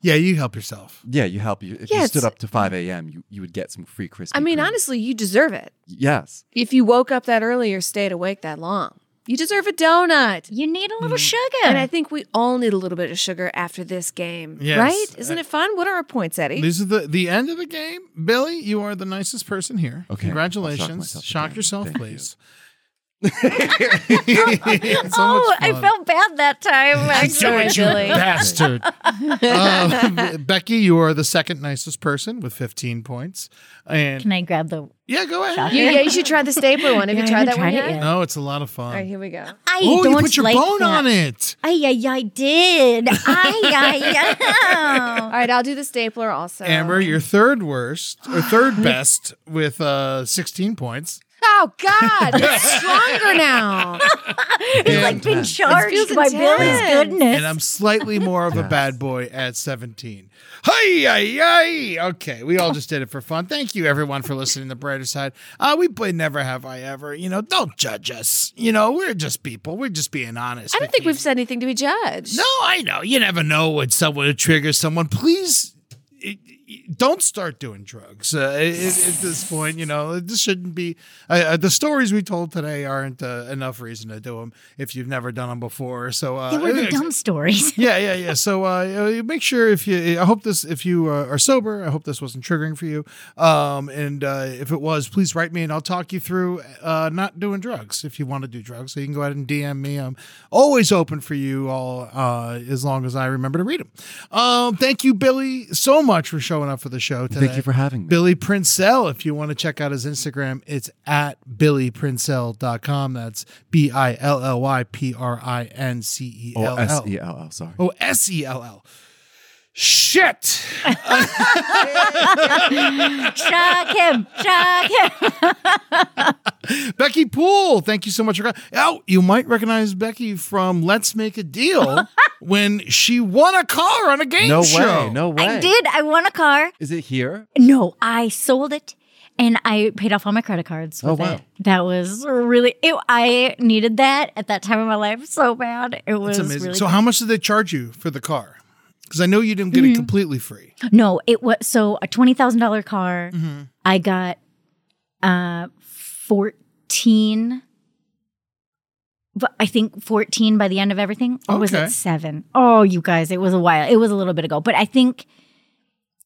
Speaker 6: Yeah, you help yourself.
Speaker 8: yeah, you help you if
Speaker 5: Yeah,
Speaker 8: you
Speaker 5: it's-
Speaker 8: stood up to 5 a.m. You you would get some free Krispy.
Speaker 5: I mean,
Speaker 8: Kreme.
Speaker 5: honestly, you deserve it.
Speaker 8: yes,
Speaker 5: If you woke up that early or stayed awake that long, you deserve a donut.
Speaker 7: You need a little
Speaker 6: Mm.
Speaker 7: sugar.
Speaker 5: And I think we all need a little bit of sugar after this game,
Speaker 6: Yes.
Speaker 8: uh,
Speaker 5: right? Isn't it fun? What are our points, Eddie?
Speaker 6: This is the the end of the game. Billy, you are the nicest person here.
Speaker 8: Okay, I'll shock
Speaker 6: Congratulations.
Speaker 8: myself
Speaker 6: shock
Speaker 8: again.
Speaker 6: yourself,
Speaker 8: Thank you.
Speaker 6: please. <laughs>
Speaker 7: oh, I felt bad
Speaker 6: <laughs>
Speaker 7: that time. I'm sorry, Billy.
Speaker 6: bastard. Uh, Becky, you are the second nicest person with 15 points. And
Speaker 7: Can I grab the?
Speaker 6: yeah, go ahead.
Speaker 5: You, yeah, you should
Speaker 8: <laughs>
Speaker 5: try the stapler one. Have
Speaker 7: Yeah,
Speaker 5: you
Speaker 7: I
Speaker 5: tried
Speaker 7: haven't
Speaker 5: that one
Speaker 7: tried it
Speaker 5: yet?
Speaker 7: yet.
Speaker 6: No, it's a lot of fun.
Speaker 5: All right, here we go.
Speaker 7: I
Speaker 6: oh,
Speaker 7: don't
Speaker 6: you put your
Speaker 7: like
Speaker 6: bone
Speaker 7: that.
Speaker 6: on it.
Speaker 7: Ay, ay,
Speaker 6: <laughs>
Speaker 7: I did. Ay,
Speaker 5: All
Speaker 7: ay,
Speaker 5: right, I'll do the stapler also.
Speaker 6: Amber, you're third worst or
Speaker 7: <gasps>
Speaker 6: third best with uh, 16 points.
Speaker 5: Oh God,
Speaker 8: <laughs>
Speaker 5: it's stronger now.
Speaker 7: ay. It's like been
Speaker 8: Intense.
Speaker 7: charged
Speaker 5: feels
Speaker 7: by Billy's
Speaker 5: intense.
Speaker 7: goodness.
Speaker 6: And I'm slightly more of a bad boy at 17. Hi, hi, hi. Okay, we all just did it for fun. Thank you, everyone, for listening to Brighter Side. Uh, we play Never Have I Ever. You know, don't judge us. You know, we're just people. We're just being honest.
Speaker 5: I don't
Speaker 6: with
Speaker 5: think
Speaker 6: you.
Speaker 5: we've said anything to be judged.
Speaker 6: No, I know. You never know when someone will trigger someone. Please i- i- don't start doing drugs uh, i- i- at this point. You know, this shouldn't be. Uh, uh, the stories we told today aren't uh, enough reason to do them if you've never done them before. So, uh,
Speaker 7: they were the
Speaker 6: uh,
Speaker 7: dumb stories.
Speaker 8: <laughs>
Speaker 6: yeah, yeah, yeah. So uh, uh, make sure if you, I hope this, if you uh, are sober, I hope this wasn't triggering for you. Um, and uh, if it was, please write me and I'll talk you through uh, not doing drugs if you want to do drugs. So you can go ahead and DM me. I'm always open for you all uh, as long as I remember to read them. Um, thank you, Billy, so much for showing up for the show today.
Speaker 8: thank you for having me.
Speaker 6: Billy Princell. If you want to check out his Instagram, it's at billyprincell.com. That's B I L L Y P R I N C E
Speaker 8: Oh,
Speaker 6: L
Speaker 8: S
Speaker 6: L.
Speaker 8: E L L. Sorry.
Speaker 6: Oh, S E L L. Shit.
Speaker 7: <laughs> Shock him. Shock him.
Speaker 6: Becky Poole, thank you so much for coming. Oh, you might recognize Becky from Let's Make a Deal
Speaker 7: <laughs>
Speaker 6: when she won a car on a game
Speaker 8: no
Speaker 6: show.
Speaker 8: way. No way.
Speaker 7: I did. I won a car.
Speaker 8: Is it here?
Speaker 7: No, I sold it and I paid off all my credit cards. With
Speaker 8: Oh, wow.
Speaker 7: It. That was really, it, I needed that at that time of my life so bad. It was
Speaker 6: It's amazing.
Speaker 7: really
Speaker 6: so, how much did they charge you for the car? Because I know you didn't get
Speaker 7: Mm-hmm.
Speaker 6: it completely free.
Speaker 7: No, it was so a twenty thousand dollar car. I got uh fourteen. But I think fourteen by the end of everything, or was
Speaker 6: Okay.
Speaker 7: it seven? Oh, you guys, it was a while. It was a little bit ago, but I think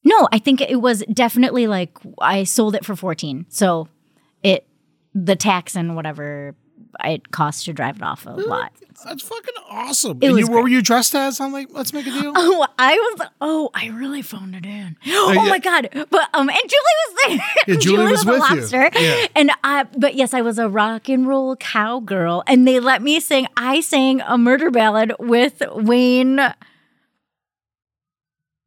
Speaker 7: no, I think it was definitely like I sold it for fourteen. So it the tax and whatever it costs to drive it off a lot.
Speaker 6: That's fucking awesome.
Speaker 7: It
Speaker 6: and you,
Speaker 7: was
Speaker 6: what were you dressed as on like Let's Make a Deal?
Speaker 7: <laughs> Oh, I was. Oh, I really phoned it in. <gasps> Oh
Speaker 6: yeah.
Speaker 7: my god! But um, and Julie was there. <laughs>
Speaker 6: Yeah, Julie was
Speaker 7: was,
Speaker 6: with
Speaker 7: a
Speaker 6: you.
Speaker 7: lobster.
Speaker 6: Yeah.
Speaker 7: And I, but yes, I was a rock and roll cowgirl, and they let me sing. I sang a murder ballad with Wayne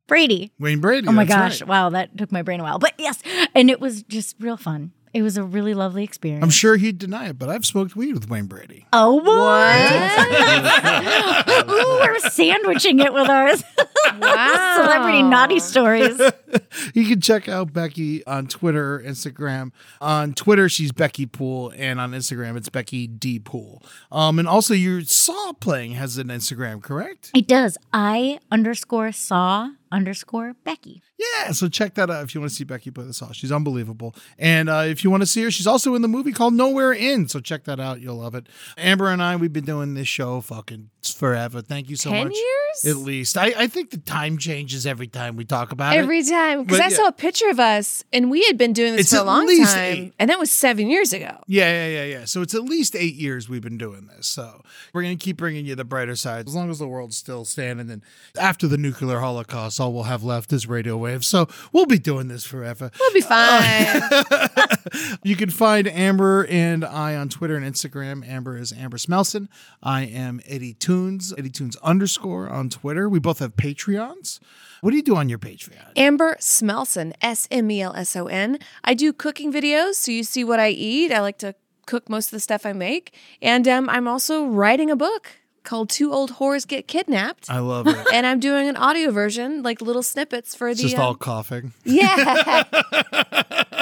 Speaker 7: Brady.
Speaker 6: Wayne Brady.
Speaker 7: oh my
Speaker 6: that's
Speaker 7: gosh!
Speaker 6: right.
Speaker 7: Wow, that took my brain a while. But yes, and it was just real fun. It was a really lovely experience.
Speaker 6: I'm sure he'd deny it, but I've smoked weed with Wayne Brady.
Speaker 7: Oh, what? <laughs> Ooh, we're sandwiching it with ours.
Speaker 5: Wow.
Speaker 7: <laughs> Celebrity naughty stories.
Speaker 6: You can check out Becky on Twitter, Instagram. On Twitter, she's Becky Pool, and on Instagram, it's Becky D Pool. Um, and also, your saw playing has an Instagram, correct?
Speaker 7: It does. I underscore saw underscore Becky.
Speaker 6: Yeah, so check that out if you want to see Becky play the saw. She's unbelievable. And uh, if you want to see her, she's also in the movie called Nowhere In. So check that out. You'll love it. Amber and I, we've been doing this show fucking forever. Thank you so
Speaker 5: 10
Speaker 6: much.
Speaker 5: years?
Speaker 6: At least. I, I think the time changes every time we talk about it.
Speaker 5: Every time, because
Speaker 6: But
Speaker 5: I
Speaker 6: yeah.
Speaker 5: saw a picture of us, and we had been doing this
Speaker 6: It's
Speaker 5: for a
Speaker 6: at
Speaker 5: long
Speaker 6: least
Speaker 5: time,
Speaker 6: eight.
Speaker 5: and that was seven years ago.
Speaker 6: Yeah, yeah, yeah, yeah. So it's at least eight years we've been doing this. So we're going to keep bringing you the brighter side as long as the world's still standing. And after the nuclear holocaust, all we'll have left is radio waves. So we'll be doing this forever.
Speaker 5: We'll be <laughs> fine.
Speaker 6: <laughs> you can find Amber and I on Twitter and Instagram. Amber is Amber Smelson. I am Eddie Tunes, Eddie Tunes underscore on Twitter. We both have Patreons. What do you do on your Patreon?
Speaker 5: Amber Smelson, S M E L S O N. I do cooking videos, so you see what I eat. I like to cook most of the stuff I make. And um, I'm also writing a book called Two Old Whores Get Kidnapped.
Speaker 6: I love
Speaker 5: <laughs>
Speaker 6: it.
Speaker 5: and I'm doing an audio version, like little snippets for
Speaker 6: It's
Speaker 5: the.
Speaker 6: just
Speaker 5: um,
Speaker 6: all coughing.
Speaker 5: yeah. <laughs>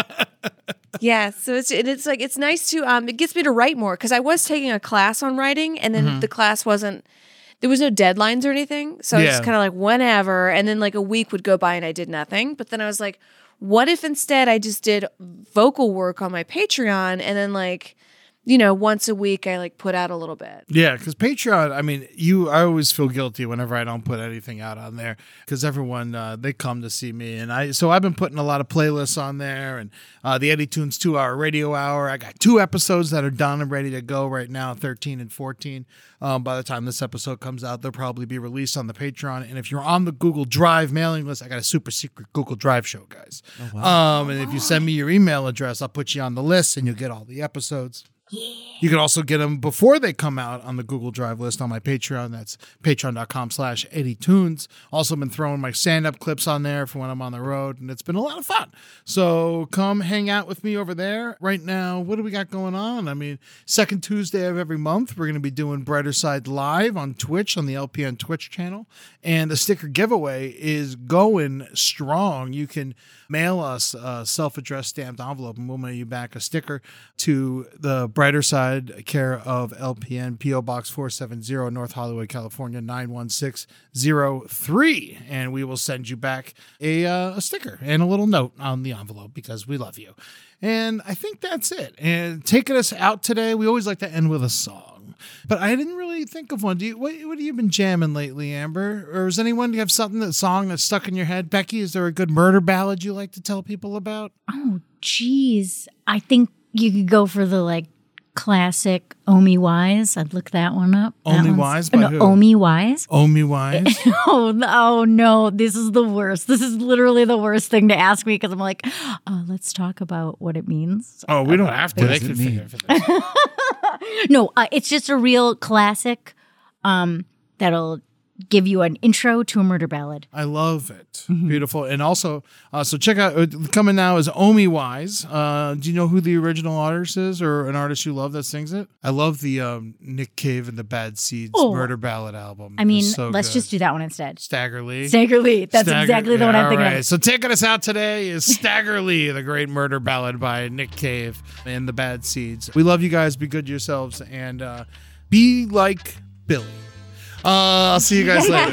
Speaker 5: yeah. So it's and it's like it's nice to um it gets me to write more because I was taking a class on writing and then
Speaker 10: Mhm.
Speaker 5: the class wasn't there was no deadlines or anything. So I was just
Speaker 10: Yeah.
Speaker 5: kind of like whenever and then like a week would go by and I did nothing. But then I was like, what if instead I just did vocal work on my Patreon and then like you know, once a week I like put out a little bit.
Speaker 6: Yeah, because Patreon. I mean, you. I always feel guilty whenever I don't put anything out on there because everyone uh, they come to see me, and I. So I've been putting a lot of playlists on there, and uh, the Eddie Tunes two hour radio hour. I got two episodes that are done and ready to go right now, thirteen and fourteen. Um, by the time this episode comes out, they'll probably be released on the Patreon. And if you're on the Google Drive mailing list, I got a super secret Google Drive show, guys. Um, and if you send me your email address, I'll put you on the list, and you'll get all the episodes. You can also get them before they come out on the Google Drive list on my Patreon. That's patreon.com slash Eddie Tunes. Also been throwing my stand-up clips on there for when I'm on the road, and it's been a lot of fun. So come hang out with me over there. Right now, what do we got going on? I mean, second Tuesday of every month, we're going to be doing Brighter Side Live on Twitch, on the LPN Twitch channel. And the sticker giveaway is going strong. You can mail us a self-addressed stamped envelope, and we'll mail you back a sticker to the brighter side care of LPN PO Box 470 North Hollywood, California 91603 and we will send you back a, uh, a sticker and a little note on the envelope because we love you. And I think that's it. And taking us out today, we always like to end with a song. But I didn't really think of one. Do you, what, what have you been jamming lately, Amber? Or does anyone have something that song that's stuck in your head? Becky, is there a good murder ballad you like to tell people about?
Speaker 7: Oh, jeez. I think you could go for the like classic Omi Wise. I'd look that one up. That
Speaker 6: Omi
Speaker 7: one's-
Speaker 6: Wise by
Speaker 7: no,
Speaker 6: who?
Speaker 7: Omi Wise. <laughs>
Speaker 6: Oh, me wise.
Speaker 7: oh, no- oh no, this is the worst. This is literally the worst thing to ask me because I'm like, uh, let's talk about what it means.
Speaker 6: Oh, we don't have to.
Speaker 8: What
Speaker 6: They
Speaker 8: does it
Speaker 6: can
Speaker 8: mean?
Speaker 6: figure it
Speaker 7: No, uh, it's just a real classic um, that'll give you an intro to a murder ballad.
Speaker 6: I love it.
Speaker 7: Mm-hmm.
Speaker 6: Beautiful. And also, uh, so check out, uh, coming now is Omi Wise. Uh, do you know who the original artist is or an artist you love that sings it? I love the um, Nick Cave and the Bad Seeds
Speaker 7: Oh.
Speaker 6: Murder Ballad album.
Speaker 7: I mean,
Speaker 6: It's so
Speaker 7: let's
Speaker 6: good.
Speaker 7: just do that one instead.
Speaker 6: Stagger Lee.
Speaker 7: Stagger Lee. That's exactly the one I'm
Speaker 6: all
Speaker 7: thinking of.
Speaker 6: So taking us out today is Stagger Lee, the great murder ballad by Nick Cave and the Bad Seeds. We love you guys. Be good to yourselves and uh, be like Billy. Uh, I'll see you guys
Speaker 7: <laughs>
Speaker 6: later.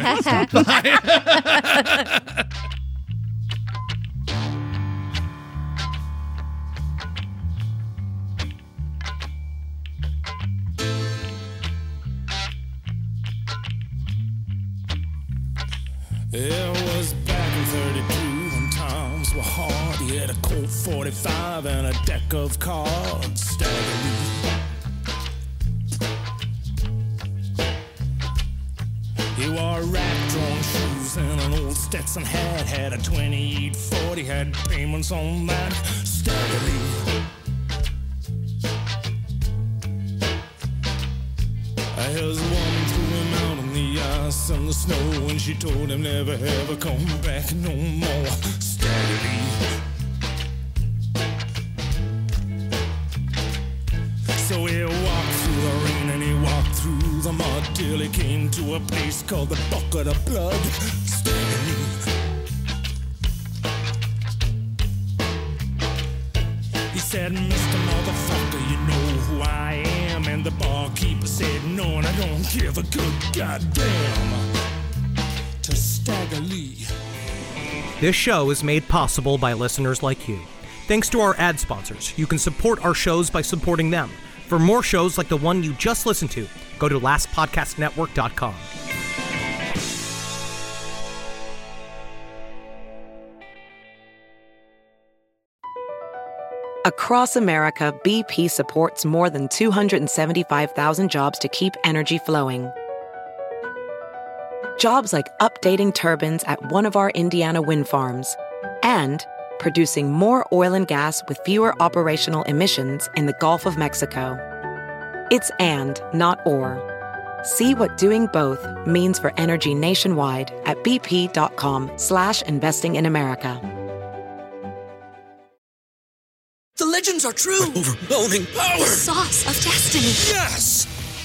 Speaker 12: It was back in 32 when times were hard. He had a Colt 45 and a deck of cards. Stagger Lee. He wore rack-drawn shoes and an old Stetson hat. Had a 2840, had payments on that. Stagger Lee. His woman threw him out on the ice and the snow, and she told him never ever come back no more. Steadily. So he walked through the rain and he walked through the mud till he came to a place called the Bucket of Blood. Steadily. He said, Mr. Motherfucker, you know who I am. And the barkeeper said, No, and I don't give a good goddamn to Stagger Lee.
Speaker 2: This show is made possible by listeners like you. Thanks to our ad sponsors, you can support our shows by supporting them. For more shows like the one you just listened to, go to lastpodcastnetwork.com.
Speaker 11: Across America, BP supports more than 275,000 jobs to keep energy flowing. Jobs like updating turbines at one of our Indiana wind farms and producing more oil and gas with fewer operational emissions in the Gulf of Mexico. It's and, not or. See what doing both means for energy nationwide at bp.com slash investing in America.
Speaker 1: The legends are true.
Speaker 13: Overwhelming power!
Speaker 1: The sauce of destiny.
Speaker 13: Yes!